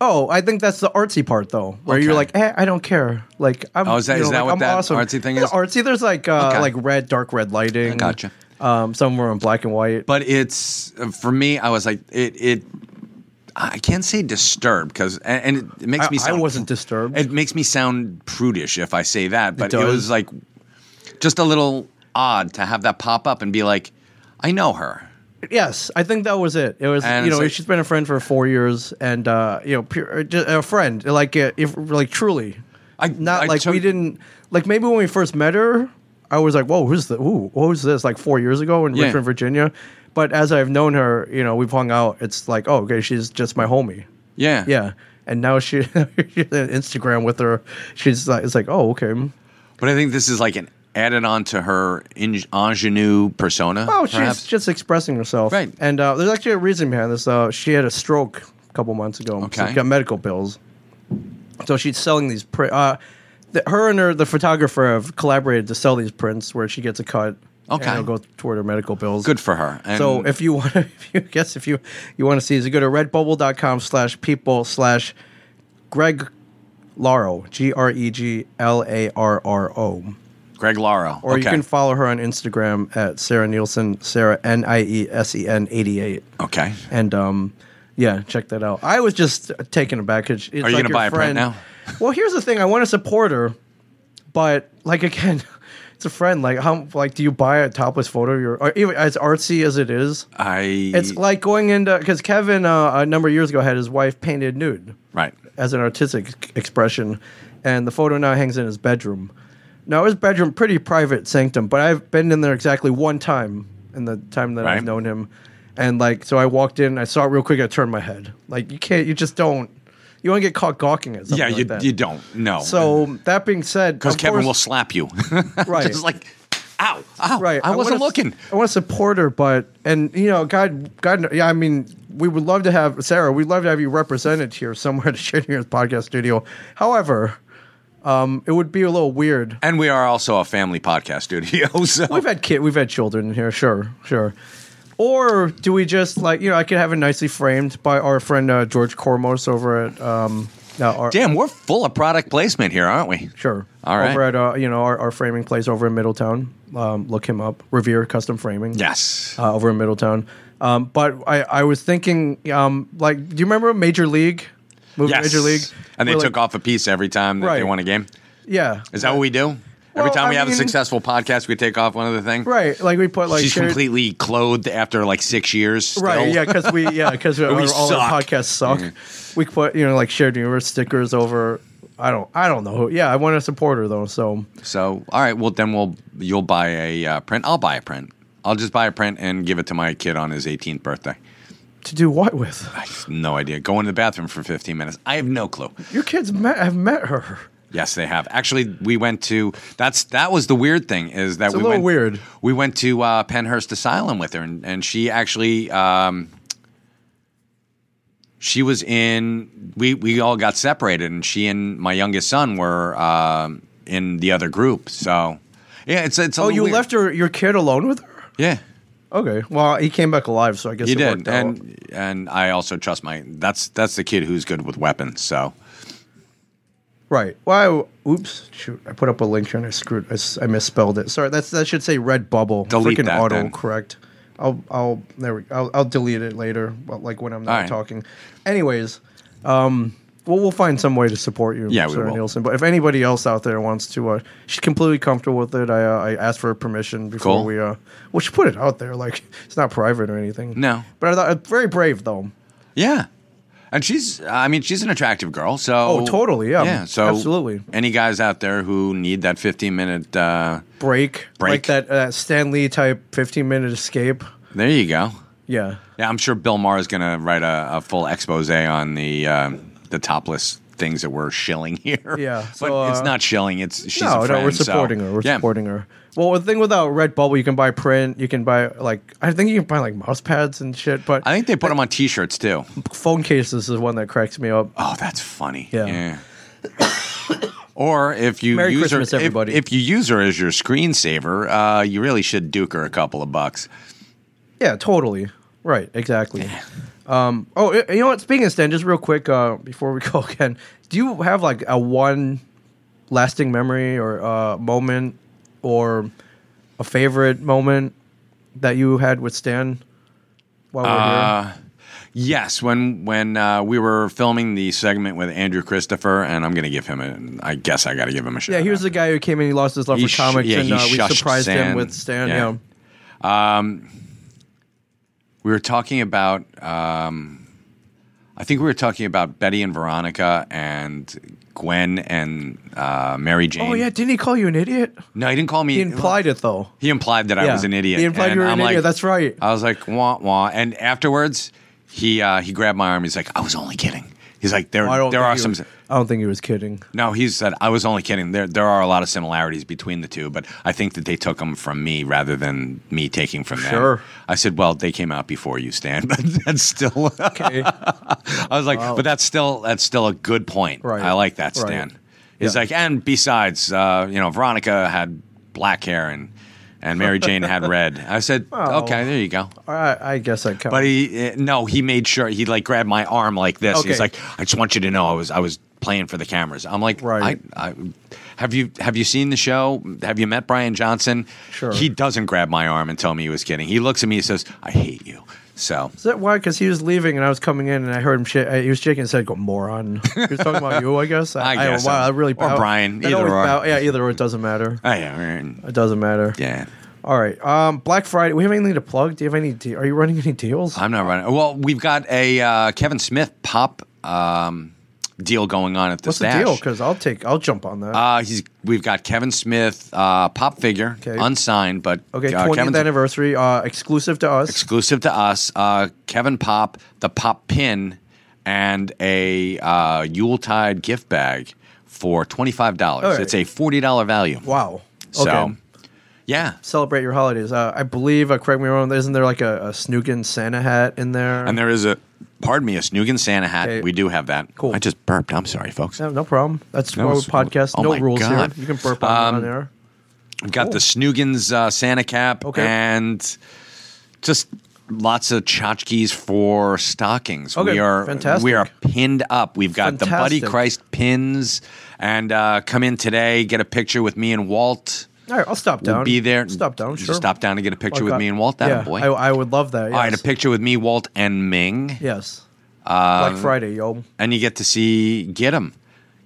S4: oh, I think that's the artsy part though, where you're
S1: Okay.
S4: like, eh, I don't care. Like, I'm.
S1: Oh, is that-
S4: you know,
S1: is that
S4: like,
S1: what
S4: I'm
S1: that
S4: awesome.
S1: artsy thing
S4: Yeah,
S1: is?
S4: Artsy. There's like uh,
S1: Okay.
S4: like red, dark red lighting.
S1: gotcha.
S4: Um, somewhere in black and white.
S1: But it's for me. I was like it it. I can't say disturbed because, and, and it makes
S4: I-
S1: me.
S4: I
S1: Sound,
S4: wasn't disturbed.
S1: It makes me sound prudish if I say that, but it,
S4: does.
S1: was like just a little odd to have that pop up and be like, "I know her."
S4: Yes, I think that was it. It was
S1: And
S4: you know
S1: it's like-
S4: she's been a friend for four years, and uh, you know pure, ju- a friend like uh, if like truly,
S1: I-
S4: not
S1: I
S4: like we
S1: took-
S4: didn't like maybe when we first met her, I was like, whoa, who's the ooh, who's this? Like four years ago in
S1: Yeah.
S4: Richmond, Virginia. But as I've known her, you know we've hung out. It's like oh okay, she's just my homie.
S1: Yeah,
S4: Yeah, and now she *laughs* Instagram with her. She's like it's like oh okay.
S1: But I think this is like an added on to her in- ingenue persona.
S4: Oh, she's
S1: perhaps.
S4: just expressing herself.
S1: Right.
S4: And uh, there's actually a reason behind this. Uh, she had a stroke a couple months ago. So
S1: Okay.
S4: she got medical bills. So she's selling these print. Uh, the, her and her, the photographer have collaborated to sell these prints where she gets a cut.
S1: Okay.
S4: And it'll go toward her medical bills.
S1: good for her. And
S4: So if you want to, *laughs* if you guess if you you want to see, is go to redbubble.com slash people slash Greg Laro, G R E G L A R R O.
S1: Greg Laro,
S4: Or
S1: okay.
S4: you can follow her on Instagram at Sarah Nielsen, Sarah N I E S E N eighty eight,
S1: okay.
S4: and um, yeah, check that out. I was just taken aback. 'cause It's Are
S1: you gonna buy a print now?
S4: well, here's the thing. I want to support her, but like *laughs* again, it's a friend. Like how like do you buy a topless photo? Of your or even as artsy as it is,
S1: I
S4: it's like going into because Kevin uh, a number of years ago had his wife painted nude
S1: right.
S4: as an artistic expression, and the photo now hangs in his bedroom. Now his bedroom, pretty private sanctum, but I've been in there exactly one time in the time that I've
S1: Right.
S4: known him, and like so I walked in, I saw it real quick, I turned my head. Like you can't, you just don't, you want to get caught gawking at something.
S1: Yeah,
S4: like
S1: you
S4: that.
S1: you don't no.
S4: So that being said,
S1: because
S4: of
S1: Kevin
S4: course-
S1: will slap you, *laughs*
S4: Right.
S1: Just like, ow, ow.
S4: right.
S1: I wasn't
S4: wanna,
S1: looking.
S4: I want to support her, but and you know, God, God, yeah. I mean, we would love to have Sarah. We'd love to have you represented here somewhere *laughs* to share your podcast studio. However, um, it would be a little weird.
S1: And we are also a family podcast studio, *laughs* so
S4: We've had kid, we've had children in here, sure, sure. Or do we just like you know? I could have it nicely framed by our friend uh, George Cormos over at um, now our,
S1: damn, we're full of product placement here, aren't we?
S4: Sure.
S1: All right.
S4: Over at uh, you know our, our framing place over in Middletown. Um, look him up. Revere Custom Framing.
S1: Yes.
S4: Uh, over in Middletown. Um, but I, I was thinking um, like do you remember Major League? Movie
S1: yes.
S4: Major League.
S1: And they
S4: Where,
S1: took
S4: like-
S1: off a piece every time that they
S4: Right.
S1: won a game.
S4: Yeah.
S1: Is that what we do?
S4: Well,
S1: every time
S4: I
S1: we have
S4: mean-
S1: a successful podcast, we take off one other thing.
S4: Right. Like we put like
S1: She's
S4: shared-
S1: completely clothed after like six years.
S4: Right,
S1: still.
S4: yeah, because we
S1: *laughs*
S4: yeah because all our
S1: suck. Mm-hmm.
S4: podcasts suck. We put you know like shared universe stickers over. I don't I don't know. who- Yeah, I want to support her though. So
S1: So, all right. Well, then we'll you'll buy a uh, print. I'll buy a print. I'll just buy a print and give it to my kid on his 18th birthday.
S4: to do what with
S1: I have no idea. Go into the bathroom for 15 minutes. I have no clue.
S4: your kids? Met, have met her.
S1: Yes, they have. Actually, we went to that's that was the weird thing is that
S4: a
S1: we
S4: little
S1: went
S4: weird.
S1: We went to uh, Penhurst Asylum with her, and, and she actually um, she was in. We we all got separated, and she and my youngest son were um in the other group. So yeah, it's it's. A
S4: Oh,
S1: little
S4: you
S1: weird.
S4: left her your kid alone with her?
S1: Yeah,
S4: Okay. Well, he came back alive, so I guess
S1: you
S4: it
S1: did,
S4: worked out.
S1: and and I also trust my. That's that's the kid who's good with weapons. So
S4: Right. Well, I, oops. Shoot. I put up a link here and I screwed. I, s- I misspelled it. Sorry. That's that should say red bubble.
S1: Delete
S4: Freaking
S1: that,
S4: auto
S1: then.
S4: correct. I'll I'll there we, I'll I'll delete it later. But like when I'm not
S1: All right.
S4: talking. Anyways, um, well we'll find some way to support you,
S1: Yeah, we
S4: Sarah
S1: will.
S4: Nielsen. But if anybody else out there wants to, uh, she's completely comfortable with it. I uh, I asked for permission before
S1: Cool.
S4: we uh, well she put it out there. Like *laughs* it's not private or anything.
S1: No.
S4: But I thought uh, very brave though.
S1: Yeah. And she's, I mean, she's an attractive girl. So,
S4: Oh, totally, yeah.
S1: Yeah. So,
S4: Absolutely.
S1: Any guys out there who need that 15 minute, uh,
S4: Break, like
S1: Break.
S4: that uh, Stan Lee type fifteen minute escape.
S1: there you go.
S4: Yeah.
S1: Yeah. I'm sure Bill Maher is going to write a, a full expose on the, uh, the topless things that we're shilling here.
S4: *laughs* Yeah, so,
S1: but it's
S4: uh,
S1: not shilling. It's, she's,
S4: no,
S1: a friend,
S4: no, we're
S1: so-
S4: supporting her. We're
S1: yeah.
S4: supporting her. Well, the thing without Redbubble, you can buy print. You can buy like I think you can buy like mouse pads and shit. But
S1: I think they put them on t shirts too.
S4: phone cases is one that cracks me up.
S1: Oh, that's funny.
S4: Yeah.
S1: or if you
S4: Merry
S1: use
S4: Christmas,
S1: her, if-
S4: everybody.
S1: If, you use her as your screensaver, uh, you really should duke her a couple of bucks.
S4: Yeah, totally. Right, exactly. Um, oh, y- you know what? Speaking of Stan, just real quick uh, before we *laughs* go again, do you have like a one lasting memory or uh, moment or a favorite moment that you had with Stan while we we're here?
S1: Uh, Yes, when when uh, we were filming the segment with Andrew Christopher, and I'm going to give him a. I guess I got to give him a shout.
S4: Yeah, he was
S1: out.
S4: the guy who came and he lost his love
S1: He
S4: for
S1: sh-
S4: comics,
S1: yeah,
S4: and
S1: he
S4: uh, we
S1: shushed
S4: surprised him
S1: Stan.
S4: with Stan.
S1: Yeah.
S4: Yeah.
S1: we were talking about. Um, I think we were talking about Betty and Veronica and Gwen and uh, Mary Jane.
S4: Oh yeah, didn't he call you an idiot?
S1: No, he didn't call me.
S4: He implied it though.
S1: He implied that I
S4: Yeah.
S1: was an idiot.
S4: He implied
S1: and
S4: you were an
S1: I'm like- uh,
S4: idiot. That's right.
S1: I was like, wah wah. And afterwards, he uh, he grabbed my arm. He's like, I was only kidding. He's like, there
S4: I don't
S1: there
S4: think
S1: are
S4: he
S1: some.
S4: was- I don't think he was kidding.
S1: No, he said I was only kidding. There there are a lot of similarities between the two, but I think that they took them from me rather than me taking from them.
S4: Sure.
S1: I said, well, they came out before you, Stan, *laughs* but that's still.
S4: *laughs* Okay.
S1: I was like, but that's still that's still a good point.
S4: Right.
S1: I like that,
S4: Right.
S1: Stan. He's
S4: Yeah.
S1: like, and besides, uh, you know, Veronica had black hair and and Mary Jane had red. I said,
S4: Oh.
S1: okay, there you go.
S4: All right, I guess I counts.
S1: But he uh, no, he made sure he like grabbed my arm like this.
S4: Okay.
S1: He's like, I just want you to know I was I was playing for the cameras. I'm like,
S4: Right.
S1: I, I, have you have you seen the show? Have you met Brian Johnson?
S4: Sure.
S1: He doesn't grab my arm and tell me he was kidding. He looks at me and says, I hate you. So
S4: Is that why? Because he was leaving and I was coming in and I heard him. Sh- he was shaking his head, "Go moron." *laughs* He was talking about you, I guess.
S1: *laughs* I guess
S4: wow,
S1: so.
S4: I really
S1: Or
S4: bow.
S1: Brian,
S4: I'd
S1: either
S4: always
S1: or.
S4: bow. Yeah, either or. It doesn't matter.
S1: I am.
S4: It doesn't matter.
S1: Yeah.
S4: All right. Um, Black Friday. We have anything to plug? Do you have any? De- are you running any deals?
S1: I'm not running. Well, we've got a uh, Kevin Smith pop um, deal going on at the
S4: What's the
S1: stash.
S4: deal? Because I'll take. I'll jump on that.
S1: Uh, he's we've got Kevin Smith uh, pop figure,
S4: Okay.
S1: unsigned, but
S4: okay.
S1: uh,
S4: Twentieth
S1: Kevin's-
S4: anniversary. Uh, exclusive to us.
S1: exclusive to us. Uh, Kevin Pop, the Pop Pin, and a uh, Yuletide gift bag for twenty five dollars.
S4: right.
S1: It's a forty dollar value.
S4: wow. Okay.
S1: So, yeah,
S4: Celebrate your holidays. Uh, I believe. Uh, correct me if I'm wrong. Isn't there like a, a Snookin Santa hat in there?
S1: and there is a pardon me a Snoogan Santa hat.
S4: Okay.
S1: We do have that.
S4: Cool.
S1: I just burped. I'm sorry, folks.
S4: no, no problem. That's
S1: That
S4: why we
S1: was-
S4: podcast.
S1: oh
S4: no
S1: my
S4: rules
S1: God.
S4: here. You can burp on,
S1: Um,
S4: on air.
S1: We've got the Snoogans uh, Santa cap
S4: Okay.
S1: and just lots of tchotchkes for stockings.
S4: Okay,
S1: we are
S4: fantastic.
S1: we are pinned up. We've got the Buddy
S4: Fantastic.
S1: Christ pins and uh, come in today, get a picture with me and Walt.
S4: All right, I'll stop down.
S1: We'll be there.
S4: Stop down.
S1: Just
S4: Sure.
S1: Stop down and get a picture
S4: Like,
S1: with
S4: uh,
S1: me and Walt. That
S4: yeah,
S1: boy.
S4: I, I would love that. Yes.
S1: All right, a picture with me, Walt, and Ming,
S4: Yes.
S1: Um,
S4: Black Friday, yo.
S1: and you get to see get him,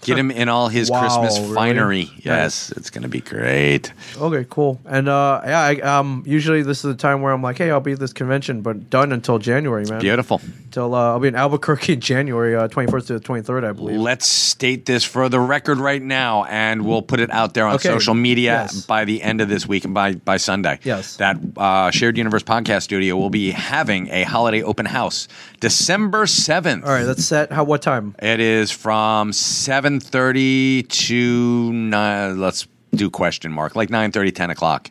S1: get him in all his
S4: Wow,
S1: Christmas
S4: really?
S1: finery.
S4: Nice.
S1: Yes, it's gonna be great.
S4: Okay, cool. And uh, yeah, I, um, usually this is the time where I'm like, hey, I'll be at this convention, but done until January, man.
S1: Beautiful.
S4: Until uh, I'll be in Albuquerque in January, uh, 21st to the 23rd, I believe.
S1: Let's state this for the record right now, and we'll put it out there on
S4: Okay.
S1: social media
S4: Yes.
S1: by the end of this week and by, by Sunday.
S4: Yes.
S1: That uh, Shared Universe Podcast Studio will be having a holiday open house December 7th.
S4: All right, that's set. How? What time?
S1: It is from 7.30 to, nine, let's do question mark, like 9.30, 10 o'clock.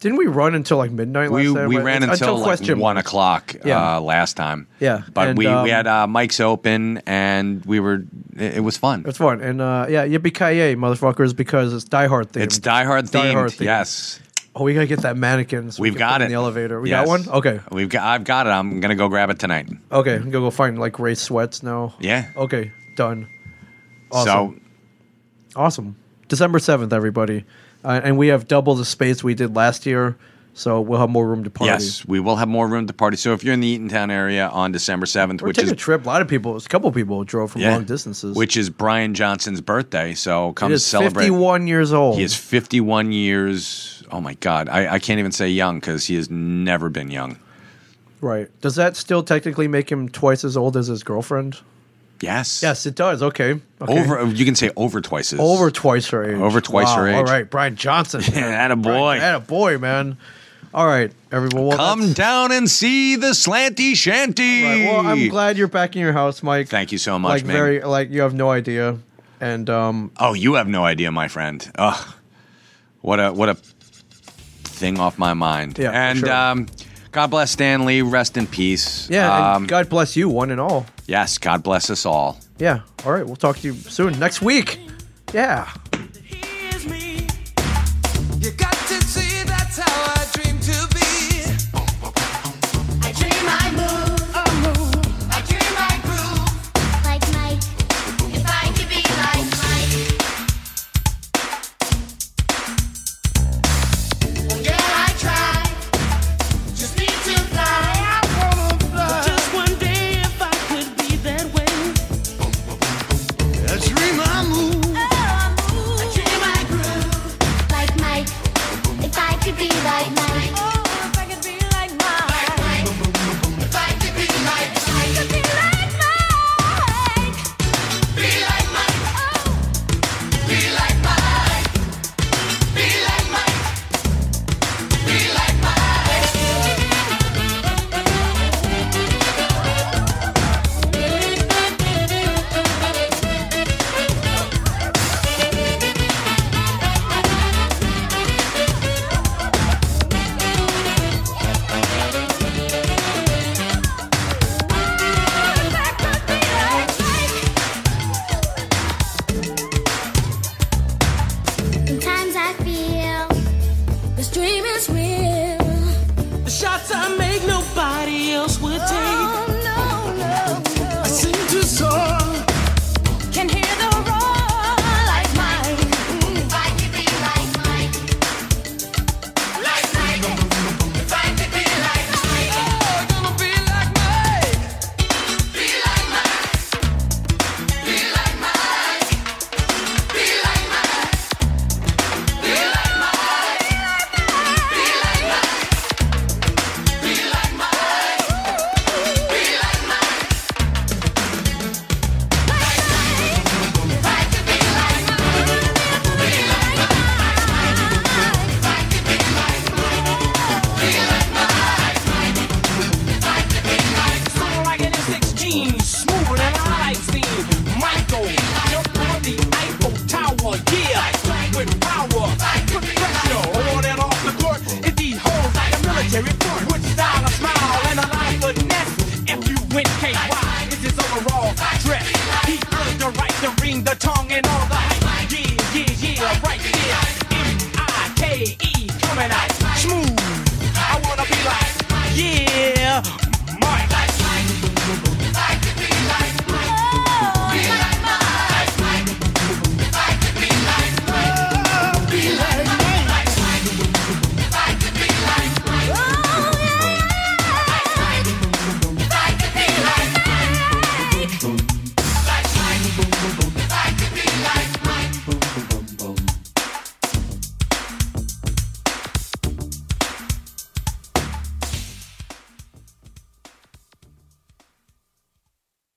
S4: Didn't we run until like midnight
S1: We,
S4: last time?
S1: we
S4: But
S1: ran
S4: it's-
S1: until, like
S4: question
S1: 1
S4: mark.
S1: o'clock
S4: Yeah.
S1: uh, last time.
S4: Yeah,
S1: But
S4: and,
S1: we,
S4: um,
S1: we had uh, mics open and we were, it, it was fun.
S4: That's fun. And uh, yeah, yippee ki yay, motherfuckers, because it's Die Hard themed.
S1: It's Die Hard
S4: Die
S1: themed.
S4: Hard themed.
S1: Yes.
S4: oh, we gotta get that mannequin. so we
S1: We've
S4: can
S1: got
S4: put
S1: it.
S4: in the elevator. We
S1: Yes.
S4: got one. Okay.
S1: We've got I've got it. I'm going to go grab it tonight.
S4: Okay, I'm gonna go find like Ray Sweats now.
S1: Yeah.
S4: Okay, done. Awesome. Awesome. December 7th, everybody. Uh, and we have double the space we did last year, so we'll have more room to
S1: So
S4: party.
S1: yes, we will have more room to party. So if you're in the Eatontown area on December 7th,
S4: Or
S1: which
S4: take
S1: is
S4: a trip. A lot of people, a couple people drove from
S1: yeah,
S4: long distances.
S1: which is Brian Johnson's birthday, so
S4: He
S1: come
S4: is
S1: celebrate.
S4: 51 years old.
S1: He is 51 years. Oh my god. I, I can't even say young cuz he has never been young.
S4: Right. Does that still technically make him twice as old as his girlfriend?
S1: Yes.
S4: Yes, it does. Okay. okay.
S1: Over you can say over twice as
S4: Over twice her age.
S1: Over twice
S4: Wow,
S1: her age.
S4: All right, Brian Johnson.
S1: *laughs* Yeah, attaboy.
S4: a boy, man. All right, everyone. Well,
S1: Come
S4: that's-
S1: down and see the slanty shanty.
S4: Right, Well, I'm glad you're back in your house, Mike.
S1: Thank you so much,
S4: like
S1: man.
S4: very like you have no idea, and um,
S1: Oh, you have no idea, my friend. Ugh. What a what a thing off my mind.
S4: Yeah, for
S1: and
S4: sure.
S1: um, God bless Stan Lee. Rest in peace.
S4: yeah,
S1: Um,
S4: and God bless you, one and all.
S1: yes. God bless us all.
S4: Yeah. All right, we'll talk to you soon next week. Yeah.
S3: Oh,